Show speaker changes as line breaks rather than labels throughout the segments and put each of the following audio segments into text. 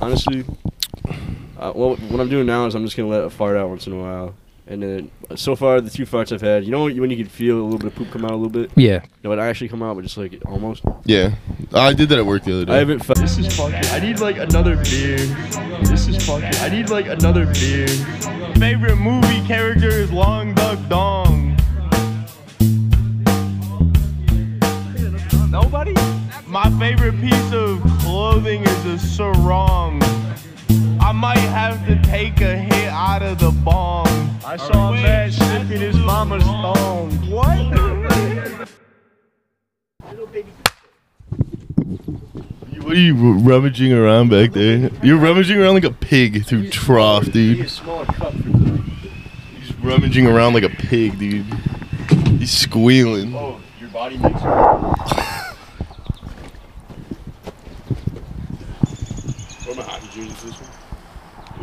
honestly, uh, well, what I'm doing now is I'm just gonna let it fart out once in a while. And then so far the two farts I've had, you know when you can feel a little bit of poop come out a little bit.
Yeah.
No, it actually come out, but just like almost.
Yeah, I did that at work the other day.
I haven't. Fa-
This is fucking. I need like another beer. This is fucking. I need like another beer. Favorite movie character is Long Duck Dong. Nobody? My favorite piece of clothing is a sarong. I might have to take a hit out of the bong. I saw a man sniffing his mama's thong. What?
What are you r- rummaging around back there? You're rummaging around like a pig through trough, dude. You're just rummaging around like a pig, dude. He's squealing.
oh, your body makes.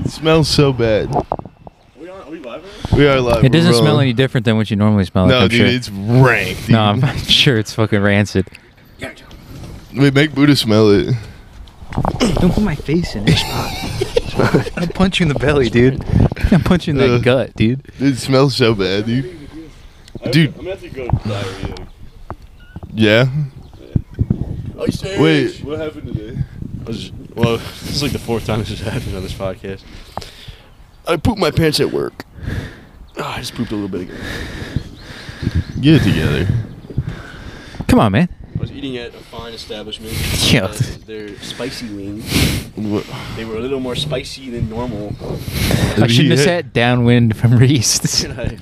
It smells so bad.
Are we, on, are we live?
We are live.
It doesn't
We're
smell
rolling.
any different than what you normally smell. like,
No,
I'm
dude,
sure.
it's rank, dude.
no, I'm, I'm sure it's fucking rancid.
Wait, make Buddha smell it.
Don't put my face in it. I'll punch you in the belly, dude.
I'm punching that
Ugh.
gut, dude.
It smells so bad, dude.
I'm
Dude.
gonna have to go to diarrhea.
Yeah.
Are you serious?
Wait.
What happened today? I was, well, this is like the fourth time this has happened on this podcast. I pooped my pants at work. Oh, I just pooped a little bit again.
Get it together.
Come on, man.
I was eating at a fine establishment.
Yeah.
and Their spicy wings.
What?
They were a little more spicy than normal.
I shouldn't have sat downwind from Reese.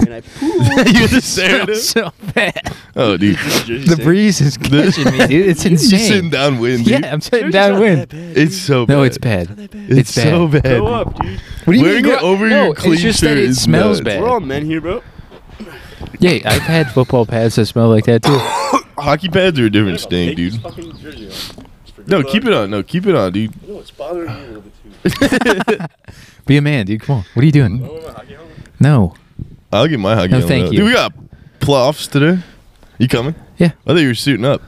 And I, and I pooped.
You're just staring at
Smell
him.
so bad.
Oh, dude.
The breeze is catching me, dude. It's
You're
insane.
sitting downwind, dude.
yeah, I'm sitting downwind.
It's so bad.
No, it's bad.
It's,
It's bad.
so bad.
Go up, dude.
What do you
Wearing
mean?
it over
no,
your clean
it's just that
shirt
it
is
smells
nuts.
bad.
We're all men here, bro.
Yeah, I've had football pads that smell like that too.
Hockey pads are a different
Take
stink,
this
dude.
fucking jersey off. It's for
No,
good
keep
luck.
it on. No, keep it on, dude.
No, it's bothering me a little bit too.
Be a man, dude. Come on. What are you doing? No.
I'll get my hockey.
No,
helmet
thank
out.
you.
Dude, we got playoffs today. You coming?
Yeah.
I thought you were suiting up.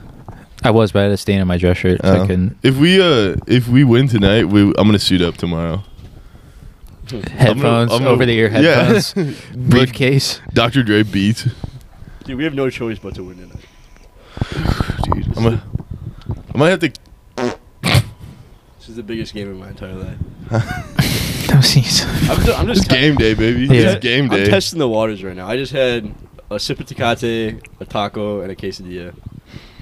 I was, but I had a stain on my dress shirt. So
Oh.
I couldn't.
If we uh, if we win tonight, we, I'm gonna suit up tomorrow. I'm gonna-
Headphones,
I'm gonna-
over the ear
Yeah.
headphones, briefcase.
Dr. Dre beats.
Dude, we have no choice but to win tonight.
Dude, I'm gonna, I might have to.
This is the biggest game of my entire life.
No, jeez.
I'm, ju- I'm
It's
just te-
game day, baby.
Yeah.
It's game day.
I'm testing the waters right now. I just had a sip of tecate, a taco, and a quesadilla,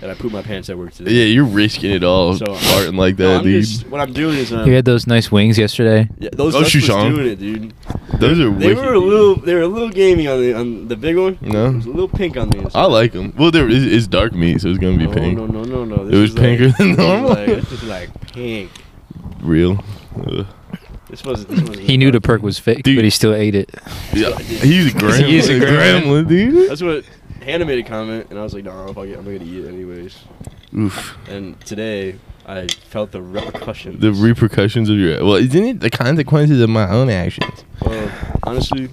and I pooped my pants at work today.
yeah, you're risking it all,
So- uh,
farting like
No,
that,
I'm
dude.
just- what I'm doing is um,
You had those nice wings yesterday.
yeah, those
Oh,
Dutch was
Shishong.
doing it, dude.
Those are
They
wicked.
were a little, they were a little gamey on the on the big one.
No.
it was a little pink on the inside.
I like them. Well, there is it's dark meat, so it's gonna be
no,
pink.
No, no, no, no.
It was
is like-
pinker than
this is
normal?
Like, this is like pink.
Real. Ugh.
This was. This was
He knew the perk was fake,
Dude.
but he still ate it.
Yeah, he's a gremlin.
He's a gremlin.
dude.
That's what Hannah made a comment, and I was like, "No, I'm gonna eat it anyways."
Oof.
And today, I felt the repercussions.
The repercussions of your well, isn't it the consequences of my own actions?
Well, honestly,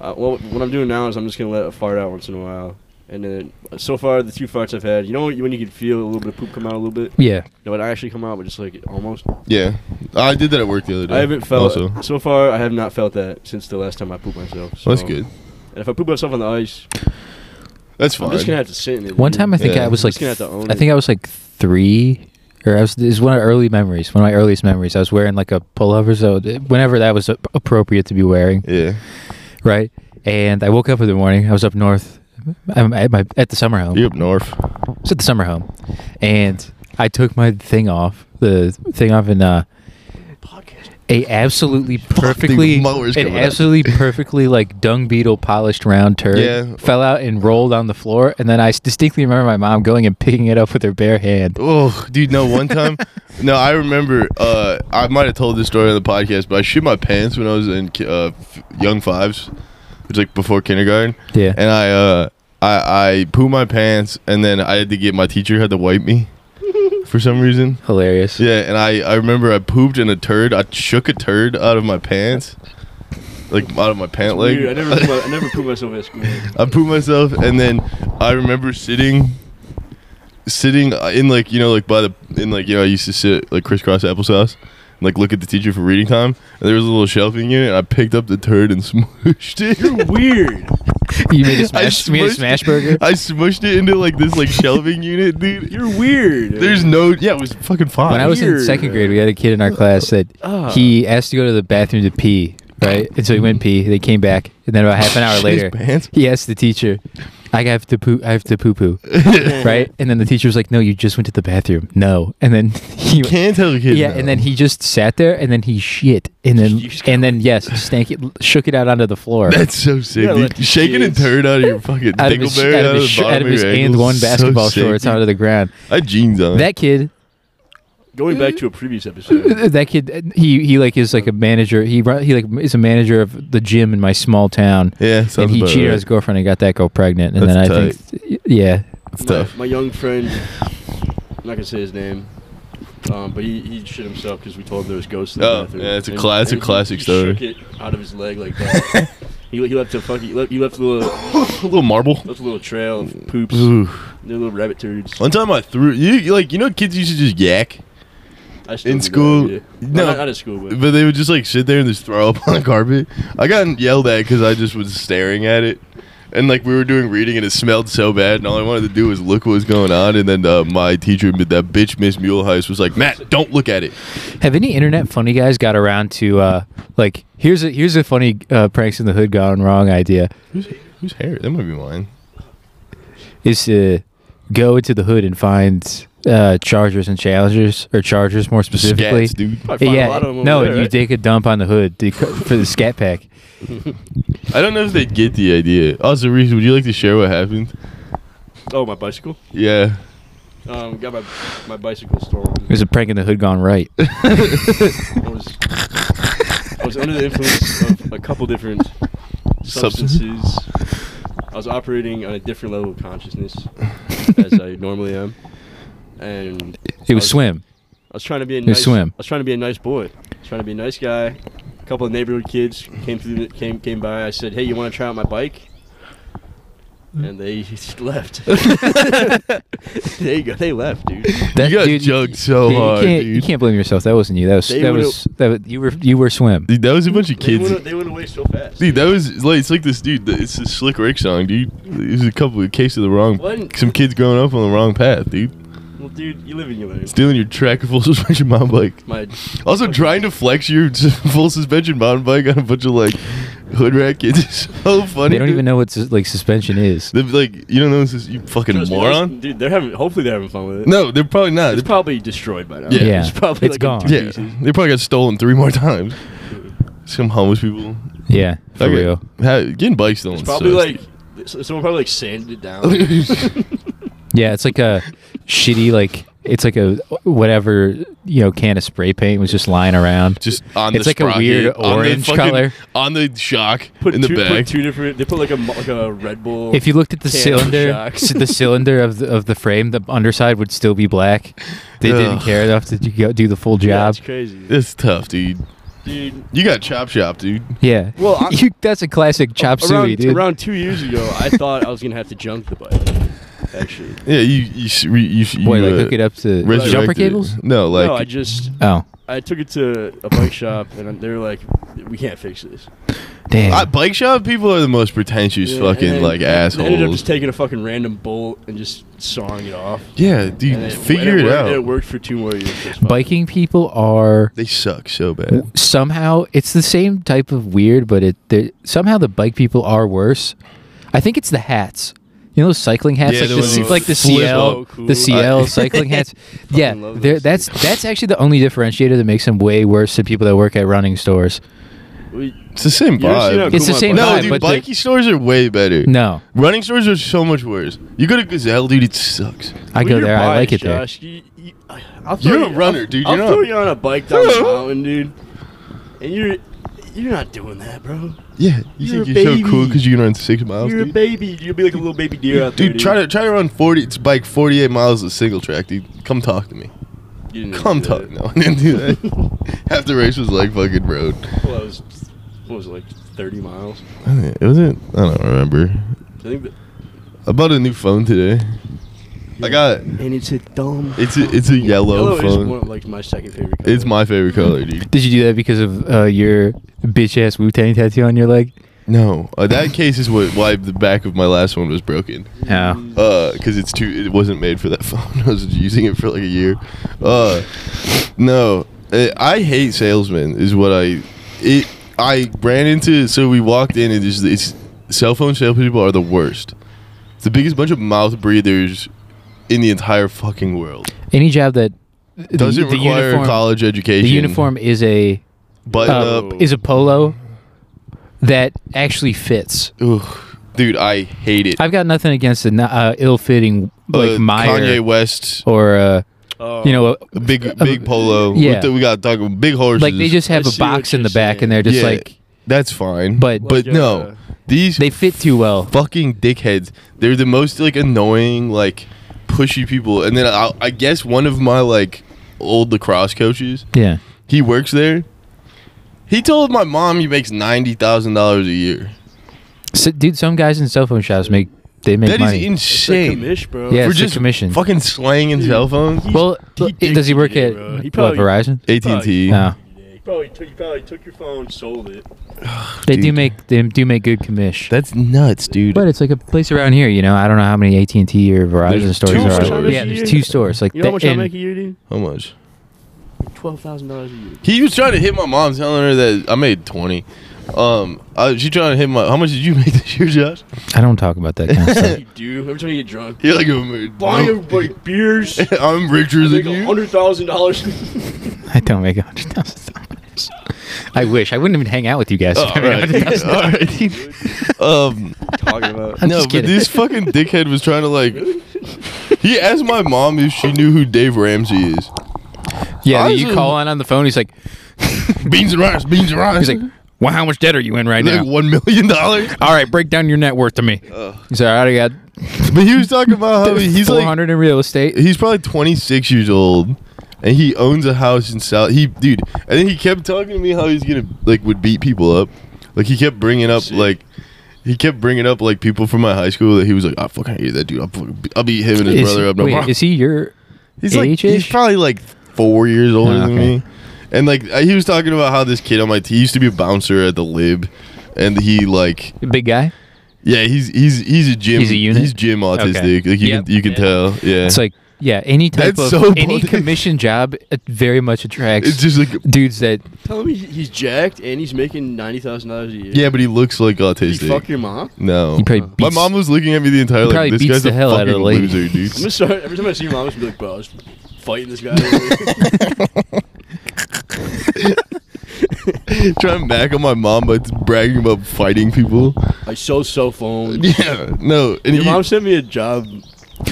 uh, well, what I'm doing now is I'm just gonna let it fart out once in a while. And then, uh, so far, the two farts I've had, you know, when you can feel a little bit of poop come out a little bit.
Yeah.
No, it actually come out, but just like almost.
Yeah, I did that at work the other day.
I haven't felt.
Also,
So far, I have not felt that since the last time I pooped myself. So.
that's good.
And if I poop myself on the ice,
That's fine.
I'm just gonna have to sit in it.
One time I think
Yeah.
I was like,
Just gonna have to own
I think I was like three, or I was. This is one of my early memories. One of my earliest memories. I was wearing like a pullover, so th- whenever that was a- appropriate to be wearing,
yeah.
right? And I woke up in the morning. I was up north. I'm at my at the summer home.
You up north?
It's at the summer home, and I took my thing off, the thing off, and uh, a absolutely perfectly,
mower's
an
coming up.
absolutely perfectly like dung beetle polished round turd
Yeah.
fell out and rolled on the floor, and then I s- distinctly remember my mom going and picking it up with her bare hand.
Oh, dude, no. One time, no. I remember. Uh, I might have told this story on the podcast, but I shit my pants when I was in ki- uh, f- young fives, which like before kindergarten.
Yeah.
And I, uh, I, I poo my pants, and then I had to get my teacher had to wipe me, for some reason.
Hilarious.
Yeah, and I, I remember I pooped in a turd. I shook a turd out of my pants, like out of my pant leg.
Dude, I never, poop, I never poop myself at school.
I pooped myself, and then I remember sitting sitting uh, in like you know like by the in like you know I used to sit like crisscross applesauce, and, like look at the teacher for reading time. And there was a little shelving unit. And I picked up the turd and smushed it.
Weird.
You made a
I
smash, you made a
smushed-
smash burger.
I smushed it into like this like shelving unit, dude.
You're weird.
There's no yeah, it was fucking fine.
When I was in
Weird.
second grade, we had a kid in our class that
Oh.
Ah.
he asked to go to the bathroom to pee, right? And so he went pee. They came back, and then about half an hour
His
later,
pants?
he asked the teacher, "I have to poo. I have to poo poo." right? And then the teacher was like, "No, you just went to the bathroom." No, and then he
can't tell a kid.
yeah,
no.
and then he just sat there, and then he shit, and then
You just
and then yes, stank it, shook it out onto the floor.
That's so sick.
gotta
dude.
let the
Shaking a
kids-
turd out of your fucking
out of his,
dingleberry
out of his, sh-
bottom
out of
of
his
your
and
ankle
one
is so
basketball
sick,
shorts
dude.
out of the ground.
I had jeans on.
That kid,
Going back to a previous episode.
that kid, he he like is like a manager. He run- he like is a manager of the gym in my small town.
yeah, sounds
and he
about
cheated on
right.
his girlfriend and got that girl pregnant. And
That's
then I think, yeah,
It's
my,
tough.
my young friend, I'm not gonna say his name, um, but he, he shit himself because we told him there was ghosts in the
Oh,
bathroom.
yeah, it's a classic-
he-
classic
he
story.
Shook it out of his leg like that. he, he left a fucking he left, he left a little
a little marble.
left a little trail of poops, little
Ooh.
rabbit turds.
One time I threw you you- like you know kids used to just yak,
I still
in
do that
school-
every day.
no.
not, not in school, but
but they would just like sit there and just throw up on the carpet. I got yelled at because I just was staring at it. And like we were doing reading, and it smelled so bad, and all I wanted to do was look what was going on. And then uh, my teacher, that bitch Miss Muleheist, was like, "Matt, don't look at it."
Have any internet funny guys got around to uh like here's a here's a funny uh, pranks in the hood gone wrong idea
Who's, whose hair? That might be mine.
is to go into the hood and find uh chargers and challengers or chargers more specifically.
Scats, dude.
Probably find a
Yeah,
lot of them over
no,
there,
you
right?
take a dump on the hood to, co- for the scat pack.
I don't know if they get the idea. Also, Reese, would you like to share what happened?
Oh, my bicycle.
Yeah.
Um, got my my bicycle stolen.
It was a prank in the hood gone right.
I was I was under the influence of a couple different substances. I was operating on a different level of consciousness as I normally am, and
It
I
was swim.
I was trying to be a
It was
nice.
swim.
I was trying to be a nice boy. I was trying to be a nice guy. A couple of neighborhood kids came through, the- came came by. I said, "Hey, you want to try out my bike?"
Mm.
And they just left. there you go. They left, dude.
That,
you got
dude,
jugged so
dude, you
hard,
can't,
dude.
you can't blame yourself. That wasn't you. That was
They
that
would've-
was that was- you were you were swim.
Dude, that was a bunch of
They
kids.
went, they went away so fast.
Dude, that was like it's like this dude. that- It's a Slick Rick song, dude. It was a couple of case of the wrong.
What?
Some kids growing up on the wrong path, dude.
Well, dude, you live and you learn.
Stealing your track of full suspension mountain bike.
My
Also, trying to flex your full suspension mountain bike on a bunch of like hood rat kids is so funny.
They don't
dude.
even know what sus- like suspension is.
They're like you don't know this is you fucking
Trust me,
moron.
those- dude. They're having. Hopefully, they're having fun with it.
No, they're probably not.
it's
They're
probably destroyed by now.
Yeah. Yeah.
it's probably
It's
like
gone.
In two
Yeah,
pieces.
they probably got stolen three more times. Some homeless people.
Yeah, for
Okay.
real.
How- getting bike stolen.
It's probably
sucks.
like s- someone probably like sanded it down.
Yeah, it's like a shitty like it's like a whatever you know can of spray paint was just lying around.
just on
It's
the
like a weird
sprocket, on the
orange
fucking-
color.
on the shock
Put
in the
two, put
back.
two different. They put like a mo- like a Red Bull.
If you looked at the
Can of
cylinder,
shock.
s- the cylinder of the, of the frame, the underside would still be black. They didn't
Ugh.
care enough to do- go do the full
yeah,
job.
it's crazy,
It's tough, dude.
dude.
You got chop shop, dude.
Yeah,
Well, I-
you, that's a classic chop suey,
Around,
dude.
around two years ago, I thought I was gonna have to junk the bike. Actually,
Yeah, you you sh- re- you, sh- you
Boy, like
uh,
hook it up to
resurrected
jumper
it.
cables.
No, like
no, I just
Oh,
I took it to a bike shop and they were like, "We can't fix this."
damn!
I- bike shop people are the most pretentious
Yeah,
fucking
and then
like
they ended up
assholes.
just taking a fucking random bolt and just sawing it off.
yeah,
And
dude,
it-
figure
and
it
worked- It
out.
worked for two more years. That's fine.
Biking people are
They suck so bad.
somehow it's the same type of weird, but it they're- somehow the bike people are worse. I think it's the hats. You know those cycling hats,
Yeah,
like,
the
the,
ones
C-
with
like the
flip
CL,
up. Cool.
the CL
I-
cycling hats. Yeah,
Fucking love
they're-
those
that's that's actually the only differentiator that makes them way worse than people that work at running stores.
We-
It's the same
You ever seen
vibe.
how
It's the
my
same
bike-
no,
vibe,
dude,
but the-
bikey stores are way better.
No,
Running stores are so much worse. You go to Gazelle, dude, it sucks.
I
Well,
go
you're
there. I
biased,
like it there.
Josh. You, you, I- I'll throw
You're a
you-
runner,
I'll-
dude.
I'll
You're
throw
not-
you on a bike down the
Yeah.
mountain, dude, and you're you're not doing that, bro.
Yeah, you
You're
think
a
you're so cool
baby.
because you can run six miles,
You're a
dude?
baby. You'll be like a little baby deer out there,
Dude,
dude.
try to try to run forty. It's bike forty eight miles a single track, dude. Come talk to me.
You didn't
Come
do
talk.
that.
No, I didn't do that. Half the race was like fucking road.
Well, I was what was it, like 30 miles.
It was it. I don't remember.
I think that,
I bought a new phone today. I got
and it's a dumb.
it's a, it's a yellow,
Yellow is
phone.
one of, like my second favorite. Color.
It's my favorite color, dude.
Did you do that because of uh, your bitch ass Wu Tang tattoo on your leg?
No, uh, that case is what why the back of my last one was broken.
No.
Uh, cause it's too. It wasn't made for that phone. I was using it for like a year. Uh, no, Uh, I hate salesmen. Is what I. It. I ran into. So we walked in and just it's cell phone salespeople are the worst. It's the biggest bunch of mouth breathers in the entire fucking world.
Any job that the-
Doesn't
the
require
uniform-
a college education.
The uniform is a
button
uh,
up.
is a polo that actually fits.
Ugh. Dude, I hate it.
I've got nothing against an uh, ill-fitting like
Uh,
Meyer
Kanye West
or uh,
Oh,
you know
A big big polo.
yeah.
With the- we got dog big horses.
like they just have
I
a
see what
box in the
you're
back
saying.
and they're just
Yeah,
like
that's fine.
But-
but
Like, uh,
no, these
they fit too well.
fucking dickheads. They're the most like annoying, like pushy people. And then I, I guess one of my like old lacrosse coaches,
Yeah.
he works there. He told my mom he makes ninety thousand dollars a year.
So, dude, some guys in cell phone shops make they make
That is
money.
it's like
insane.
commish, bro.
Yeah,
We're
it's a
just
commission.
fucking slanging
Dude.
cell phones.
well,
he
look, does he
dictated
work
it,
at
bro. He
what,
probably-
Verizon?
AT and T.
No,
He probably, took, he probably took your phone, sold it.
they do
Dude.
make they do make good commish.
That's nuts, dude.
but it's like a place around here, you know. I don't know how many AT and T or Verizon
There's
stores
two
there are.
stores
Yeah,
a
there's
year.
two stores. Like
You know how
that-
much I
and-
make a year, dude?
How much?
Twelve thousand dollars a year.
He was trying to hit my mom, telling her that I made twenty. Um, I, she trying to hit my. How much did you make this year, Josh?
I don't talk about that kind of stuff.
you do every time you get drunk.
You're like, I'm,
Buy everybody beers.
I'm richer
Make
than
a
you.
hundred thousand dollars.
I don't make a hundred thousand dollars. I wish I wouldn't even hang out with you guys.
Oh,
if I made
right.
$100,000.
All right. um,
Talking about.
I'm
no,
just
but
kidding.
this fucking dickhead was trying to like. He asked my mom if she knew who Dave Ramsey is.
yeah,
I
you
was-
call on on the phone. He's like,
Beans and rice, beans and rice.
he's like, well, how much debt are you in right now?
like one million dollars.
All right, break down your net worth to me. He's like, all right, I got
But he was talking about how Uh. he's
four
like
hundred in real estate.
he's probably 26 years old and he owns a house in south he dude and then he kept talking to me how he's gonna like would beat people up like he kept bringing up like he kept bringing up like people from my high school that he was like i fucking hate that dude i'll, fucking beat, I'll beat him and his
Is,
brother up no
wait,
more."
is he your?
he's like he's
age-ish?
probably like four years older
Oh,
than
okay.
me and like I- he was talking about how this kid on my team used to be a bouncer at the lib and he like
Big guy.
yeah he's he's he's a gym
He's a unit?
he's gym autistic like you
Yep.
can you can tell yeah
It's like yeah, any type
That's
of
so
any
bold.
commission job uh, very much attracts
it's just like
dudes that
Tell me he's jacked and he's making ninety thousand dollars a year.
Yeah, but he looks like autistic.
Did he fuck your mom?
no.
he probably beats.
My mom was looking at me the entire
He probably
like this
beats
guy's
the
a
hell out of
fucking
the lady.
loser, dude.
I'm gonna start every time I see your mom, I'm gonna be like, bro, I was fighting this guy. Over
Trying to back on my mom by bragging about fighting people.
I sold cell phones.
Yeah, no. And
Your
he,
mom sent me a job.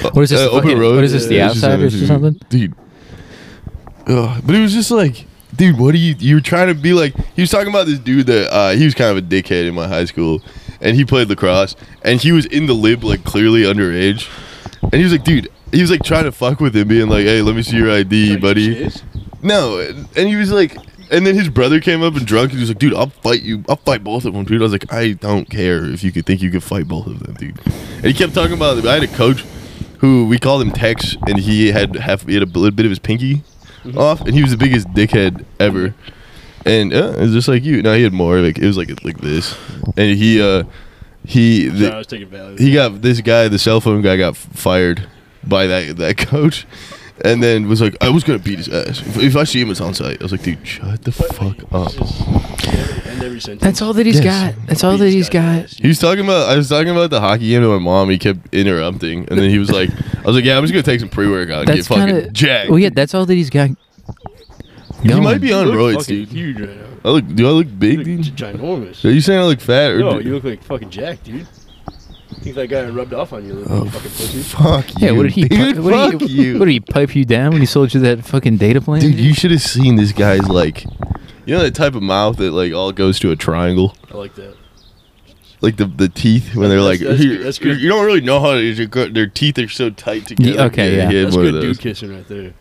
What is this, the fucking- what is this, The
Uh, Yeah, it's just
Outsiders
mm-hmm.
or
interview.
something?
Dude. Ugh, but it was just like, dude, what are you? You were trying to be like. He was talking about this dude that uh, he was kind of a dickhead in my high school, and he played lacrosse, and he was in the lib like clearly underage, and he was like, dude. He was like trying to fuck with him, being like, "Hey, let me see your ID, buddy."
Is?
No, and and he was like, and then his brother came up and drunk, and he was like, "Dude, I'll fight you. I'll fight both of them, dude." I was like, "I don't care if you could think you could fight both of them, dude." And he kept talking about. I had a coach who we called him Tex, and he had half, he had a little bit of his pinky off, and he was the biggest dickhead ever. And uh, it was just like you. No, he had more. Like it was like like this, and he uh he
Sorry,
the,
I was taking value.
he got this guy, the cell phone guy, got f- fired by that that coach, and then was like, I was gonna beat his ass if, if I see him, it's on site. I was like, dude, shut the fuck up.
End every sentence.
That's all that he's
Yes.
got. That's all that he's got.
He was talking about I was talking about the hockey game to my mom. He kept interrupting, and then he was like, I was like, yeah, I'm just gonna take some pre workout and
That's
get fucking
kind of
jacked.
Well, yeah, that's all that he's got.
he might be
You
on
look
roids,
fucking
dude.
Huge right now.
I look, do I look
You
big,
look
dude? Are
ginormous.
you saying I look fat or?
No, you look like fucking Jack, dude. Think that guy rubbed off on you, little fucking pussy.
Oh, fuck you.
Yeah, what did he? pi-
Dude,
what
fuck
did he,
you.
What did he pipe you down when he sold you that fucking data plan?
Dude, you should have seen this guy's like, you know that type of mouth that like all goes to a triangle.
I like that.
like the, the teeth when they're
That's-
like
that's
"Here,"
good- that's good.
you- you don't really know how to, your gr- their teeth are so tight together.
Yeah, okay, yeah.
he had
That's
one of
good
those.
dude kissing right there.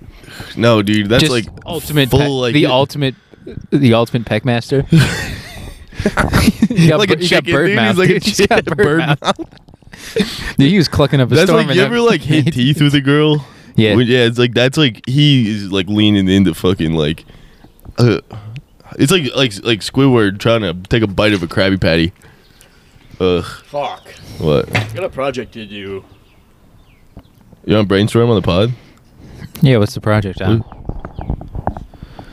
No, dude, that's
Just
like
ultimate,
full,
pe-
like-
the ultimate, the ultimate peck master. you got,
Like a
bir- you got
chicken,
bird
dude. He's
mouth,
like a
dude. He's got
chicken- bird
mouth. he was clucking up a
That's
storm.
like you
and
ever
then-
like hit teeth with a girl.
Yeah.
When- yeah. It's like that's like he is like leaning into fucking like, uh, it's like like like Squidward trying to take a bite of a Krabby Patty. Ugh.
Fuck.
What?
I got a project to do.
You on brainstorm on the pod?
Yeah, what's the project? Huh?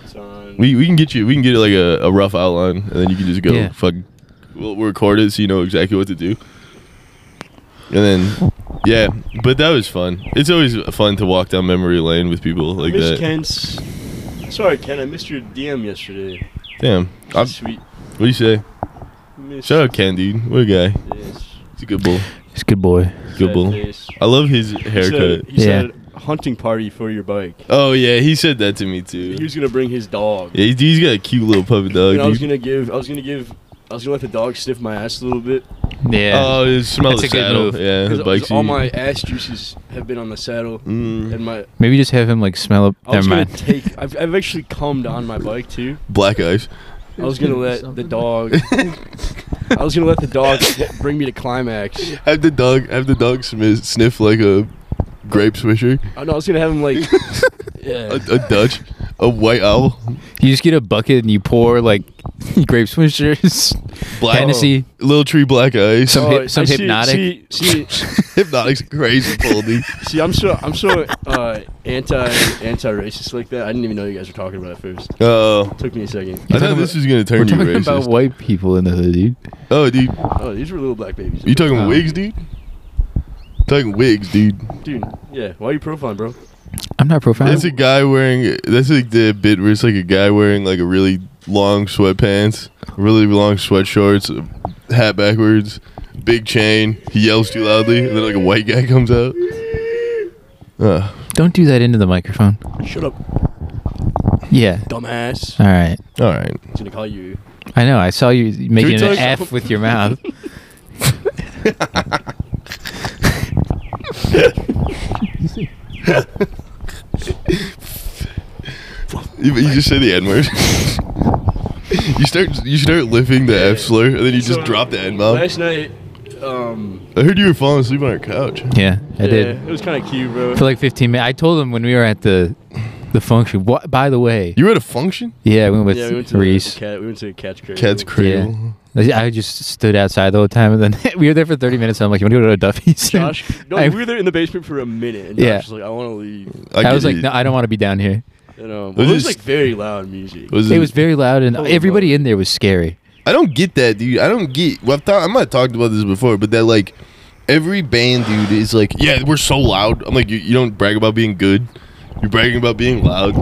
It's on.
We we can get you. We can get like a, a rough outline, and then you can just go
Yeah.
fuck. We'll we'll record it so you know exactly what to do. And then, yeah, but that was fun. It's always fun to walk down memory lane with people like
Miss
that.
Kent's. Sorry, Ken. I missed your DM yesterday.
Damn, I'm,
Sweet.
what do you say?
Miss
Shout out Ken, dude. What a guy.
Yes.
He's a good bull.
He's a good boy.
Good
Sad
bull.
face.
I love his
He
haircut.
said, he
Yeah.
said hunting party for your bike.
Oh yeah, he said that to me too.
He was gonna bring his dog.
Yeah, he- he's got a cute little puppy dog.
and I was
dude.
gonna give. I was gonna give. I was gonna let the dog sniff my ass a little bit.
Yeah.
Oh, it smells
That's a good
saddle.
move.
Yeah, his
Because
bike's
all my ass juices have been on the saddle,
Mm.
and my
Maybe just have him like smell up.
I was
Mm-hmm. Never
gonna
mind.
take. I've, I've actually calmed on my bike too.
black eyes.
I was gonna let the dog. I was gonna let the dog bring me to climax.
Have the dog have the dog smi- sniff like a grape swisher,
I know I was gonna have him like. Yeah.
a, a Dutch, a white owl,
You just get a bucket and you pour like grape swishers,
black
Hennessy.
little tree black eyes.
Some- hyp-
I see-
hypnotic.
See, see, see,
Hypnotic's crazy, Paul, dude.
I'm so I'm so uh, anti anti racist like that. I didn't even know you guys were talking about it first.
Oh,
Took me a second.
I
talking
thought this
about-
was gonna
We're
turn you
talking
racist.
about white people in the hood, dude.
oh, dude,
Oh, these were little black babies.
you talking
Oh.
wigs, dude? Talking wigs, dude.
Dude, yeah. Why are you profiling, bro?
I'm not
That's
profound.
a guy wearing. That's like the bit where it's like a guy wearing like a really long sweatpants, really long sweat shorts, a hat backwards, big chain. He yells too loudly, and then like a white guy comes out. Uh,
Don't do that into the microphone.
Shut up,
Yeah.
dumbass.
All right.
all right.
I'm gonna call you.
I know. I saw you making an
talk-
F with your mouth.
You, you just say the N word. you start. You start lifting the F slur, and then you just
So,
drop the N
Oh.
bomb.
Last night, um,
I heard you were falling asleep on our couch.
Yeah, I
yeah,
did.
it was kind of cute, bro.
for like 15 minutes. I told him when we were at the the function. What? By the way,
You were at a function.
yeah, we went with
yeah, we went to
Reese.
The cat, we went to the cat's cradle.
Cat's cradle.
Yeah. I just stood outside the whole time, and then we were there for 30 minutes. And I'm like, "You want to go to a Duffy's?"
Josh, no,
I,
we were there in the basement for a minute, and Josh
Yeah.
was like, "I want to leave."
I,
I
get
was like,
it.
"No, I don't want to be down here."
And, um,
Was
it was
this-
like very loud music.
Was
It was very loud, and
Holy
everybody
moly.
in there was scary.
I don't get that, dude. I don't get. Well, I've ta- I might have talked about this before, but that like every band, dude, is like, yeah, we're so loud. I'm like, you, you don't brag about being good. You're bragging about being loud.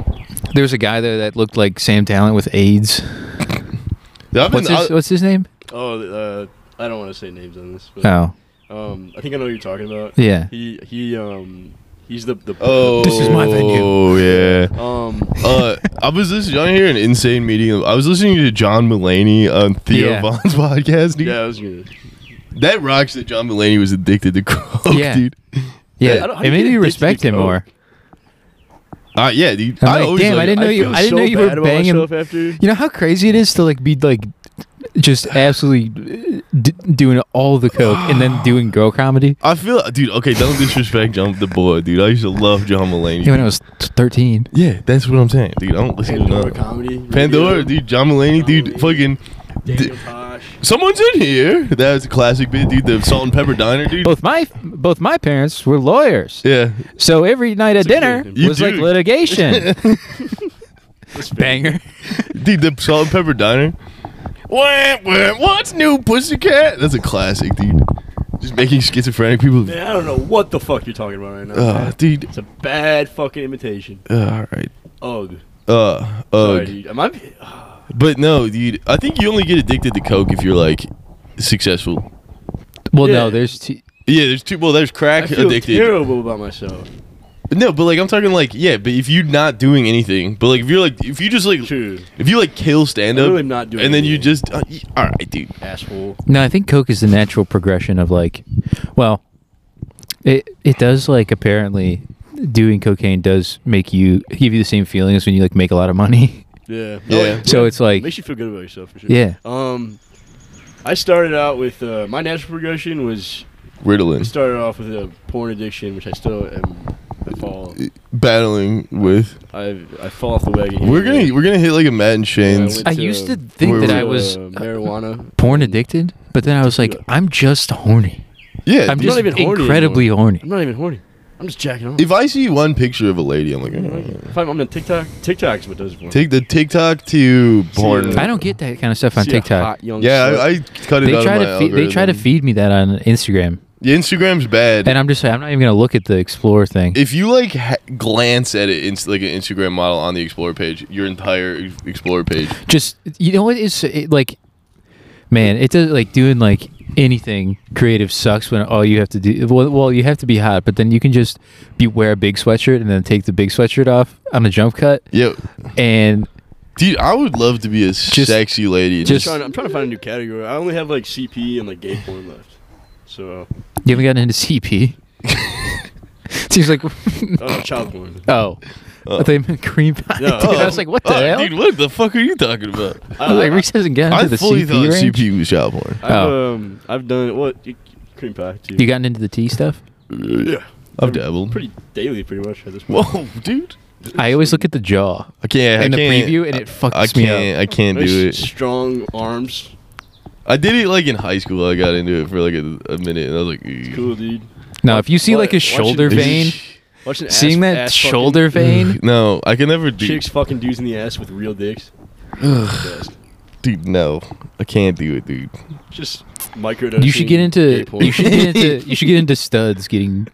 There was a guy there that looked like Sam Talent with AIDS.
I've been,
What's his,
I-
what's his name?
oh, uh, I don't want to say names on this, but
Oh,
um, I think I know what you're talking about.
yeah.
He he um, he's the the
oh,
This is my venue.
Oh yeah.
um.
uh, I was listening. Y'all hear an insane meeting? I was listening to John Mulaney on Theo
Yeah.
Vaughn's podcast, dude.
Yeah, I was gonna.
That rocks that John Mulaney was addicted to coke,
Yeah.
dude.
I
Yeah,
don't- how do
it
you get
made me
addicted to
respect him
coke?
more.
Uh, yeah, dude.
I'm
I
like,
always
damn,
like-
I didn't know
I
you.
feel
I didn't
so
know you
bad
were
about
banging.
myself after.
You know how crazy it is to like be like just absolutely uh, d- doing all the coke and then doing girl comedy.
I feel, dude. Okay, don't disrespect John the boy, dude. I used to love John Mulaney.
Yeah, when I was t- 13.
Yeah, that's what I'm saying, dude. I don't listen
Pandora
to none.
comedy.
Pandora, dude. John Mulaney, dude.
Mulaney.
Fucking.
Daniel Tosh.
Someone's in here. That was a classic bit, dude. The salt and pepper diner, dude.
Oh.
Both my both my parents were lawyers,
Yeah.
so every night at dinner
good-
You
was like
do.
litigation. Banger.
Dude, the salt and pepper diner. Wah, wah, What's new, pussycat? That's a classic, dude. Just making schizophrenic people.
Man, I don't know what the fuck you're talking about right now.
Uh,
man.
dude.
It's a bad fucking imitation.
Uh, all right.
Ugh.
Uh,
Sorry,
ugh.
dude. Am I?
But no, dude. I think you only get addicted to coke if you're like successful.
Well,
Yeah.
no, there's t-
Yeah, there's two. Well, there's crack
I feel
addicted.
terrible about myself.
No, but like I'm talking like yeah, but if you're not doing anything, but like if you're like if you just like
True.
if you like kill stand up,
I'm really not doing
and then you
anything.
just uh, y- all right, dude.
Asshole.
no. I think coke is the natural progression of like, well, it it does like apparently doing cocaine does make you give you the same feeling as when you like make a lot of money.
Yeah.
Yeah.
So it's like-
Makes you feel good about yourself for sure.
Yeah.
Um, I started out with uh, my natural progression was We
Ritalin.
started off with a porn addiction, which I still am. I fall.
Battling with.
I I fall off the wagon. here
We're
and there.
gonna we're gonna hit like a Matt and Shane's.
went
I
to-
used to think
Where
that
were
I
we?
was
Uh,
uh,
marijuana.
porn addicted, but then I was like,
Yeah.
I'm just horny.
Yeah.
I'm
dude.
just
not even horny
incredibly horny.
I'm not even horny. I'm just jacking off.
if I see one picture of a lady, I'm like, "Eh."
If I'm on TikTok, TikTok's what does it for me.
take the TikTok to porn.
Yeah.
I don't get that kind of stuff on
See a
TikTok.
hot young
Yeah,
slut.
I, I cut it
They
out
try
of my
to feed, they try to
algorithm.
feed me that on Instagram,
Yeah, Instagram's bad.
and I'm just like, I'm not even gonna look at the explore thing.
if you like ha- glance at it, ins- like an Instagram model on the Explorer page, your entire ex- Explorer page.
just you know what is it, like, man, it does like doing like anything creative sucks when all you have to do. Well, well, you have to be hot, but then you can just be wear a big sweatshirt and then take the big sweatshirt off on a jump cut,
Yeah,
and
dude, I would love to be a sexy lady. and
I'm
just-
trying, I'm trying to find a new category. I only have like CP and like gay porn left. So,
you haven't gotten into CP. Seems like
oh, child porn.
oh. I thought you meant cream pie.
No.
dude. I
Oh.
was like, what the
Oh,
hell?
dude, what the fuck are you talking about?
I was like, Reese hasn't gotten
I
into the
fully thought
CP range.
CP was child porn.
I've,
Oh.
um, I've done what y- cream pie too.
You gotten into the tea stuff?
yeah,
I've dabbled.
pretty daily, pretty much at this point.
Whoa, dude,
I always look at the jaw
I can't.
in
I
the
can't,
preview, and it fucks
I
me
can't.
up.
I can't
Nice
do it.
Strong arms,
I did it like in high school. I got into it for like a, a minute, and I was like, "Ew."
cool dude.
Now, if you see
Why-
like
why
a
should-
shoulder
This
vein,
Watching ass-
seeing that
ass fucking-
shoulder vein,
no, I can never do.
chicks fucking dudes in the ass with real dicks. Best.
Dude, no, I can't do it, dude.
Just microdosing.
you should get
gay
into
porn.
you should get into you should get into studs getting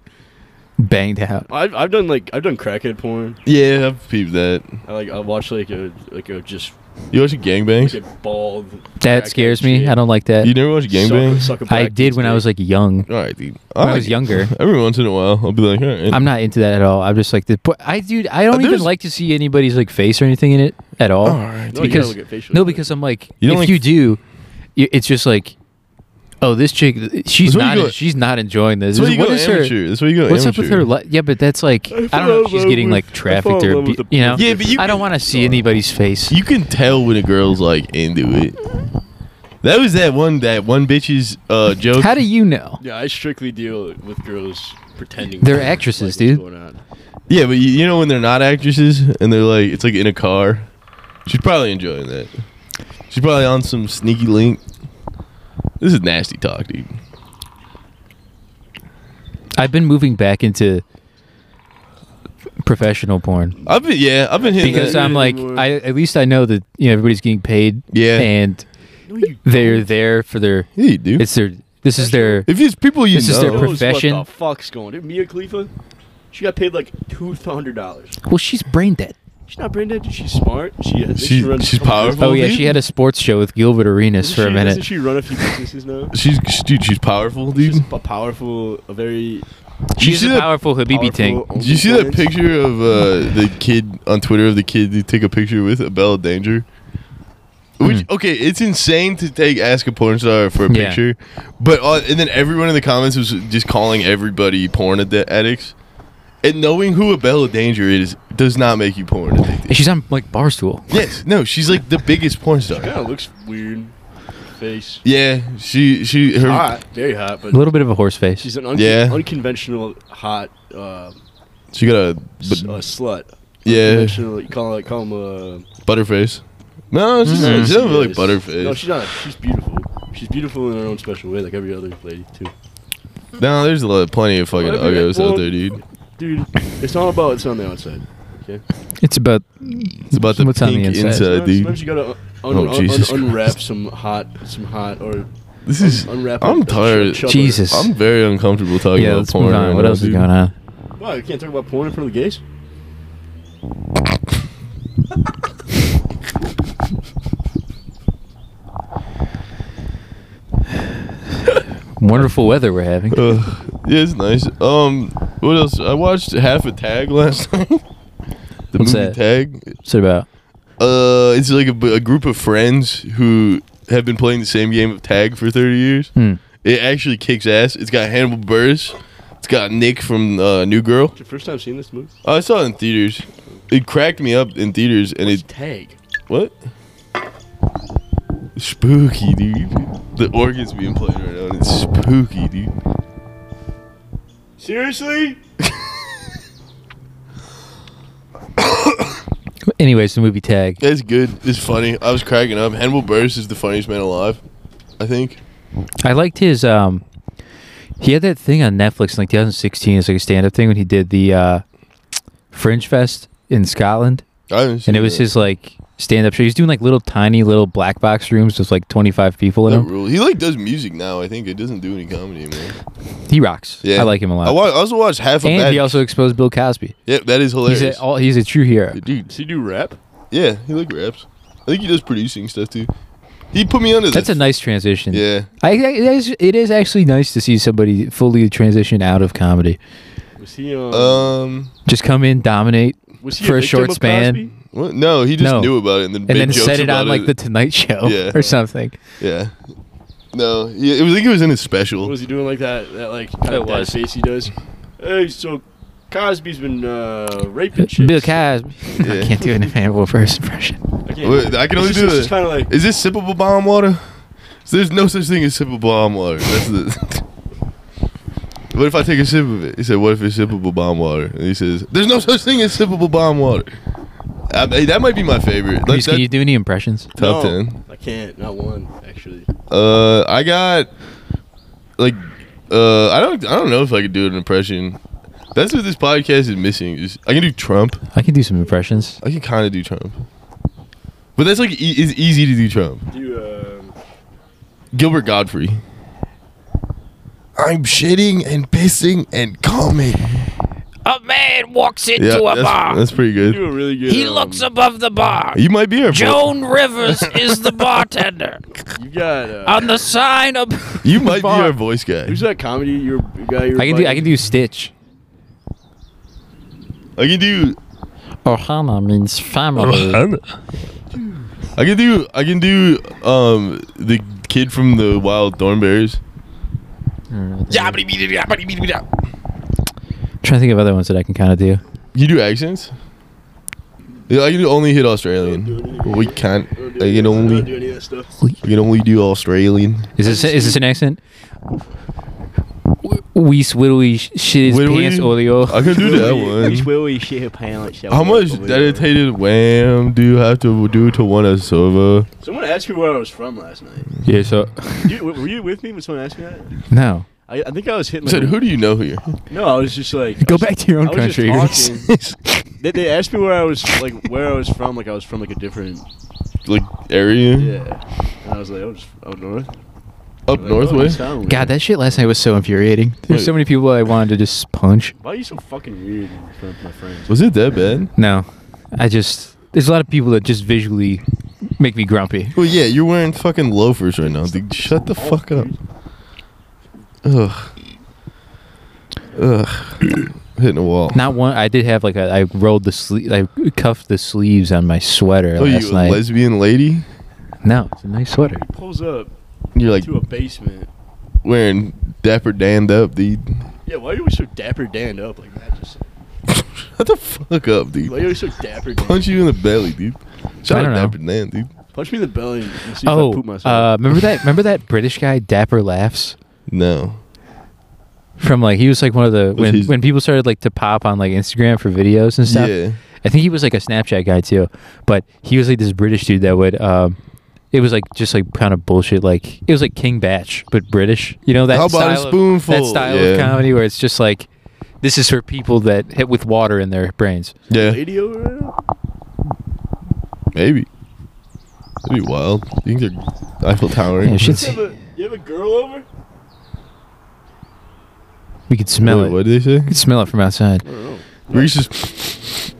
banged out.
I've, I've done like I've done crackhead porn.
Yeah, I've peeped that.
I like I watch like a like a just
You watch gangbangs?
like a bald.
That
crackhead
scares me.
chick.
I don't like that.
You never watch
Suck-
gangbangs?
suck a
I
black
did
dude's
when I
dick.
was like young.
All right, dude.
When I was younger.
Every once in a while, I'll be like, all right.
I'm not into that at all. I'm just like the but I dude. I don't even
there's-
like to see anybody's like face or anything in it at all.
Alright,
No, you gotta
because
look at facial
no,
expression.
because I'm like
You don't
if
like-
you do, y- it's just like oh this chick she's
That's why you
not
go-
she's not enjoying this.
That's why you
What
go
is her-
amateur. That's why you go
What's
amateur.
up with her? Li- yeah, but that's like I, don't know. if She's getting like trafficked or abu- you know.
Yeah, but you
I don't
can-
want to see anybody's face.
You can tell when a girl's like into it. That was that one that one bitch's uh, joke.
How do you know?
Yeah, I strictly deal with girls pretending
They're
to like
actresses,
what's
dude.
going on.
yeah, but you, you know when they're not actresses and they're like it's like in a car. She's probably enjoying that. She's probably on some sneaky link. This is nasty talk, dude.
I've been moving back into professional porn
I've been yeah, I've been hitting
because
that.
I'm like
anymore.
I at least I know that you know everybody's getting paid.
Yeah.
and
No, you
they're there for their.
yeah, you do.
It's their. This is their.
if it's people you
This
know,
is their
knows
profession.
What the fuck's going? Dude, Mia Khalifa, she got paid like two hundred dollars.
Well, she's brain dead.
She's not brain dead. dude. She's smart. She uh, has.
She- she's powerful.
Oh
Well,
yeah,
dude.
she had a sports show with Gilbert
Doesn't
Arenas for a
she- Doesn't
minute.
she run a few businesses now?
she's dude, she's powerful, dude.
She's a powerful, a very
You
She's
see
a
that-
powerful Habibi ting.
powerful
Did you see that
OnlyFans?
picture of uh, the kid on Twitter of the kid you took a picture with Abella Danger? Which okay, it's insane to take ask a porn star for a
Yeah.
picture, but uh, and then everyone in the comments was just calling everybody porn ad- addicts, and knowing who Abella Danger is does not make you porn addicted.
She's on like Barstool.
yes, no, she's like the biggest porn star.
Kind of looks weird. Face.
Yeah, she she her
Hot. Very hot, but
A little bit of a horse face.
she's an un-
Yeah.
unconventional hot uh,
she got a
s-
but,
uh, slut.
yeah
Unconventional, you call like call 'em, uh,
butterface. No, she's
Yeah,
not, she doesn't
she
feel like
is.
butterface.
No, she's not. She's beautiful. She's beautiful in her own special way, like every other lady too.
No, there's a lot, plenty of fucking
Well, I mean,
uggos out
well-
there, dude.
Dude, it's all about what's on the outside. Okay.
It's about
It's about the
What's on the
pink
inside?
inside,
sometimes, sometimes
dude.
you gotta un-
Oh,
un- un-
Jesus
un- unwrap
Christ.
some hot, some hot, or
This is.
unwrap.
I'm
a- a
tired.
chubber.
Jesus.
I'm very uncomfortable talking
yeah.
about
Let's
porn.
move on.
right
What
now,
else
dude.
is going on?
Wow, you can't talk about porn in front of the gays.
Wonderful weather we're having.
Ugh. yeah, it's nice. Um, what else? I watched half a tag last night. the
What's
movie
that?
tag.
What's it about?
Uh, it's like a, b- a group of friends who have been playing the same game of tag for 30 years.
Hmm.
It actually kicks ass. It's got Hannibal Buress. It's got Nick from uh, New Girl.
It's your first time seeing this movie.
I saw it in theaters. It cracked me up in theaters, and it
Tag.
What? Spooky, dude. The organ's being played right now, and it's spooky, dude.
Seriously?
Anyways, the movie tag.
That's good. It's funny. I was cracking up. Hannibal Buress is the funniest man alive, I think.
I liked his um he had that thing on Netflix in like 2016, it's like a stand up thing when he did the uh Fringe Fest in Scotland.
I haven't seen
And it was
that.
his like stand up show. He's doing like little tiny little black box rooms with like twenty five people in
That
them.
rule. He like does music now. I think it doesn't do any comedy anymore.
He rocks. I like him a lot.
I, wa- I also watched half of
and
that.
he also exposed Bill Cosby.
yeah, that is hilarious.
He's a, all, he's a true hero.
Dude,
Does he do rap?
yeah, he like raps. I think he does producing stuff too. He put me under
That's a
this.
nice transition.
yeah.
I, I it is- it is actually nice to see somebody fully transition out of comedy.
Was he um?
Um.
Just come in, dominate,
was he
for a
victim
short
of
span.
Cosby?
What? No, he just
No.
knew about it and then
and
made
then
jokes
set it on
about
like the Tonight Show
Yeah.
or something.
yeah. No, he, it was I think it was in his special.
What was he doing like that? That like kind
It
of
was.
was. face he does. Hey, so Cosby's been uh, raping chicks.
Bill Cosby. I
Yeah.
can't do an Hannibal Buress impression.
I, can't
Wait, I can only
It's
do
just-
this.
It's kind of like
Is this sippable bomb water? So there's no such thing as sippable bomb water. That's the. what if I take a sip of it? He said, "What if it's sippable bomb water?" And he says, "There's no such thing as sippable bomb water." I, hey, that might be my favorite. Like
Just- can you
that,
do any impressions?
No,
top ten.
I can't. Not one actually.
Uh, I got like uh, I don't I don't know if I could do an impression. That's what this podcast is missing. Is I can do Trump.
I can do some impressions.
I can kind of do Trump, but that's like e- it's easy to do Trump.
Do you, um,
Gilbert Godfrey. I'm shitting and pissing and coming.
A man walks into
Yeah, that's, that's pretty
do
good.
a really good. um,
above the bar.
You might be our
Rivers is the bartender.
You got. Uh,
the sign of.
Vo- you might be
Bar.
our voice guy.
who's that comedy? Your guy. You're
I can do. I can do Stitch.
I can do.
Ohana means family.
I can do. I can do. Um, the kid from the Wild Thornberries.
trying to think of other ones that I can kind of do.
You do accents. Yeah, I can do only hit Australian. We can't. I can
I don't
only.
do any of that stuff.
I can only do Australian.
Is this is this an accent? Wees whittly sh- shit his
Whittly?
pants oleo.
Uh,
I can do that one.
willy shit her pants.
How much dedicated wham do you have to do to want a silver?
Someone asked me where I was from last night.
Yeah. So
You, w- were you with me when someone asked me that?
no.
I, I think I was hitting.
I said,
like,
who do you know here?
No, I was just like. I
Go
was-
back to your own
I was
country.
just talking. They, they asked me where I was like where I was from, like I was from like a different
like area
yeah. And I was like, I was up north. Like,
up north
oh,
way.
that's town.
God, that shit last night was so infuriating. There's so many people I wanted to just punch.
Why are you so fucking weird in front of my friends?
Was it that bad?
No, I just there's a lot of people that just visually make me grumpy.
Well, yeah, you're wearing fucking loafers right now, dude. Shut the fuck up. Ugh. Ugh. Hitting a wall.
Not one. I did have like a, I rolled the sleeve. I cuffed the sleeves on my sweater
Oh,
last
you a
night.
lesbian lady?
no, it's a nice sweater.
He pulls up
You're like
to a basement.
wearing dapper danned up, dude.
Yeah, why are you so dapper danned up like that? Just
Shut the fuck up,
why
dude.
are you so dapper danned?
Punch you in the belly, dude.
I
Shout
don't
out
know.
dapper dan, dude.
Punch me in the belly and see if I
Oh,
poop myself.
uh, remember that? Remember that British guy, Dapper Laughs,
No.
from like he was like one of the when
he's-
when people started like to pop on like Instagram for videos and stuff.
Yeah.
I think he was like a Snapchat guy too, but he was like this British dude that would. Um, it was like just like kind of bullshit. Like it was like King Batch, but British. You know that
How about
style
a
of-
spoonful?
that style
Yeah.
of comedy where it's just like this is for people that hit with water in their brains.
Yeah.
Lady over there?
Maybe. That'd be wild. You think they're Eiffel Tower?
Yeah, shit's-
You have, a, you have a girl over?
We could smell
Wait,
it.
What Uh, did they say?
We could smell it from outside.
I don't know.
Reese's.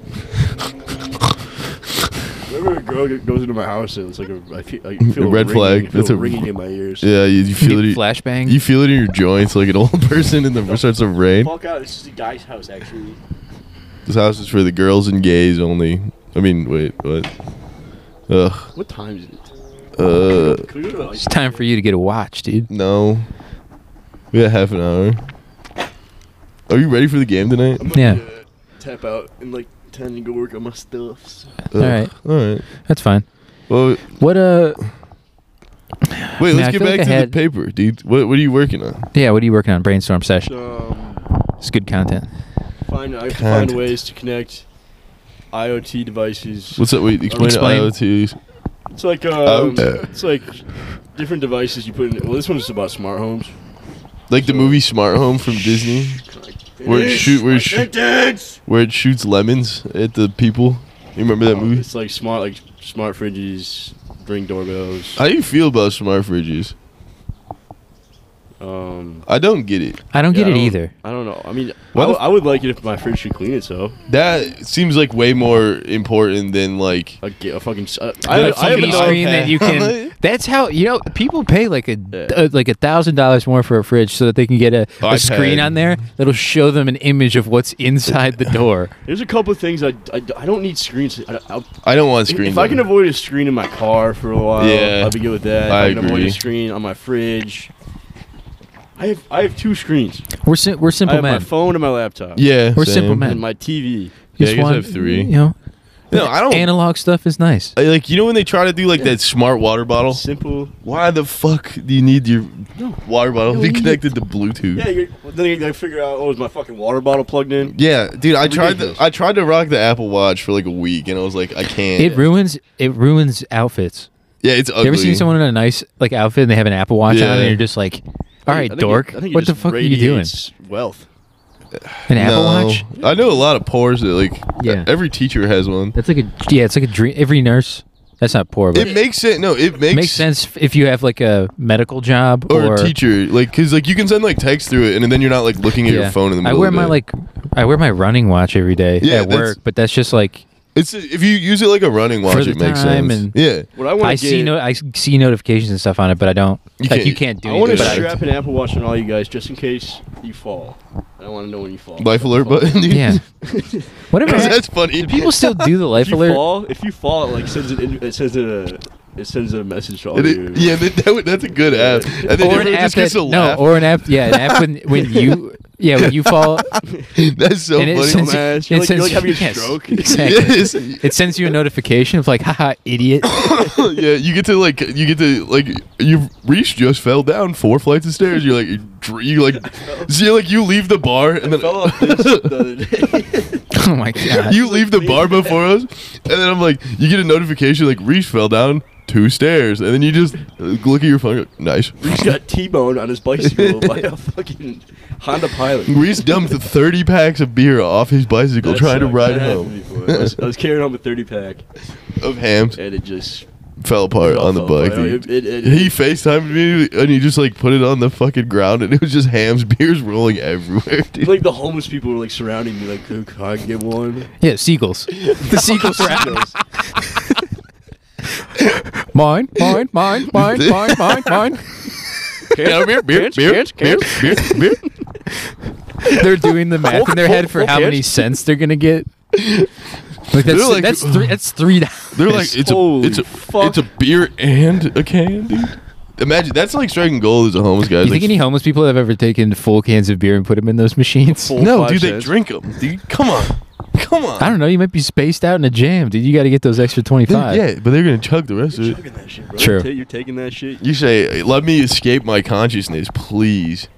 Whenever a girl g- goes into my house, and it's like a, I feel, I feel a
red
ringing,
flag.
I feel
That's
a
a-
ringing in my ears.
Yeah, you, you feel it.
Flashbang.
You feel it in your joints like an old person, and the starts to rain.
Fuck out. This is a guy's house, actually.
This house is for the girls and gays only. I mean, wait, what? Ugh.
What time is it?
Uh,
Can we go to the ice
it's time for you to get a watch, dude.
no. We got half an hour. Are you ready for the game tonight?
I'm gonna,
Yeah.
uh, Tap out in like ten and go work on my stuffs.
Ugh.
right.
All right.
That's fine.
Well,
What uh?
wait.
Man, I
let's
feel
get back
like I
to
had-
the paper, dude. What What are you working on?
Yeah. What are you working on? Brainstorm session.
Um,
It's good content.
Find, I have to find
Content.
ways to connect IoT devices.
What's that? Wait, explain,
Explain.
IoT.
It's like
Oh,
um,
okay.
it's like different devices you put in. Well, this one's about smart homes.
Like the movie Smart Home from Disney, Where it shoot- where it shoot-
Sentence!
where it shoots lemons at the people. You remember that movie?
Oh, It's like smart, like smart fridges, ring doorbells.
How do you feel about smart fridges?
Um,
I don't get it.
I don't get
yeah,
it
I
either.
I don't know. I mean, I
Why the
w- I would like it if my fridge could clean itself.
That seems like way more important than like.
Like get a fucking. s- I,
I,
I, I have
fucking
no.
screen
that you can. That's how you know people pay like a uh, like a thousand dollars more for a fridge so that they can get a, a
iPad.
screen on there that'll show them an image of what's inside the door.
There's a couple of things I, I, I don't need screens. I, I'll,
I don't want screen.
if I can
time.
avoid a screen in my car for a while,
Yeah.
I'll be good with that. If
I
I, can avoid
agree.
a screen on my fridge. I have I have two screens.
We're sim- we're
I
simple
have my
men.
phone and my laptop.
yeah,
We're simple
same.
men.
And my TV.
Yeah,
Just
I guess I
want-
have three.
You know,
No,
Oh.
I don't.
analog stuff is nice.
I- like you know when they try to do like that smart water bottle.
Simple.
Why the fuck do you need your water bottle to
you
be
need-
connected to Bluetooth?
Yeah, you're, then you- they figure out, oh, is my fucking water bottle plugged in?
Yeah, dude, I tried to
Ridiculous.
I tried to rock the Apple Watch for like a week, and I was like, I can't.
It ruins it ruins outfits.
yeah, it's ugly.
You ever seen someone in a nice like outfit and they have an Apple Watch on
Yeah.
and you're just like, all
I
right,
think it-
dork,
I think it
what the
just
fuck are you doing?
radiates Wealth.
An Apple
No.
Watch?
I know a lot of pores that like
Yeah.
every teacher has one.
That's like a yeah, it's like a dream. Every nurse. That's not poor, but
It makes sense. No, it makes,
It makes sense if you have like a medical job
Or,
or,
a teacher, like, cause like you can send like text through it, and then you're not like looking at your
Yeah.
phone in the
I
middle.
wear
of
my
it.
like I wear my running watch every day
Yeah,
at
that's-
work, but that's just like
it's if you use it like a running watch,
the
it makes
time
sense.
and-
yeah,
What I want
I
to get,
see no I s- see notifications and stuff on it, but I don't like
You can't-
you can't do
I want to
anything.
Dude,
about it.
strap an Apple Watch on all you guys just in case you fall. I want to know when you fall.
life alert button. dude.
Yeah. Whatever.
that's funny.
People still do the life
If you
alert.
fall, if you fall, it like sends it. In, it sends it a. It sends a message to all
And
of
it-
you.
yeah, that, that, would- that's a good app. And then
or an
everyone
app
just gets
that,
a
no,
laugh.
or an app. Yeah, an app when when you yeah when you fall
that's so
and it
funny.
sends
man. You're
you, it
like-
sends
you're like having a
yes,
stroke.
Exactly.
Yes.
It sends you a notification of like, haha, idiot. Oh
yeah, you get to like you get to like you've reached just fell down four flights of stairs. You're like you, dr- you like see like you leave the bar and then
Fell off this the other day.
oh my god.
you leave the bar before us, and then I'm like you get a notification like Reese fell down two stairs, and then you just uh, look at your phone. and go, nice.
Reese got T-boned on his bicycle by a fucking Honda Pilot.
Reese dumped thirty packs of beer off his bicycle
That
trying to
sucked.
ride
That happened
home
before. I was, I was carrying home a 30 pack,
of hams
and it just
fell apart on the
fell apart.
bike. dude.
It- it- it-
He FaceTimed me and he just like put it on the fucking ground and it was just hams, beers rolling everywhere, dude.
like the homeless people were like surrounding me, like, "Can I get one?"
Yeah, seagulls. The seagulls are out. Mine, mine, mine, mine, mine, mine, mine.
Yeah, beer, beer,
Cans,
beer,
cans,
beer, beer, beer.
They're doing the math in their head for how many cents they're gonna get. Like that's
They're like-
that's three that's three dollars.
They're like, it's a,
Holy
it's a,
fuck.
it's a beer and a can, dude. Imagine that's like striking gold as a homeless guy.
Do you
Like,
think any homeless people have ever taken full cans of beer and put them in those machines?
Full
no,
five
dude, they
cents.
drink them, dude. Come on, come on.
I don't know. You might be spaced out in a jam, dude. You got to get those extra twenty
Dude,
five.
yeah, but they're gonna chug the rest of
You're
it.
chugging that shit, bro.
True.
Ta- You're taking that shit.
You say, let me escape my consciousness, please.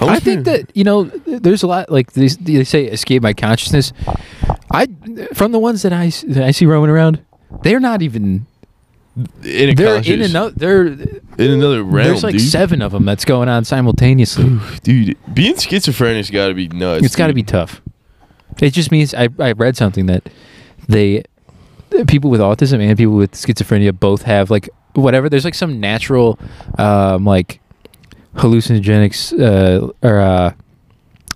I
Homeless
think
people-
that you know, there's a lot like they, they say escape my consciousness. I from the ones that I s- that I see roaming around, they're not even
in a
they're in
conscious-
another they're
in another realm.
There's like
dude.
seven of them that's going on simultaneously.
dude. Being schizophrenic's got to be nuts.
it's got to be tough. It just means I, I read something that they that people with autism and people with schizophrenia both have like whatever. There's like some natural um, like hallucinogenics uh, or uh,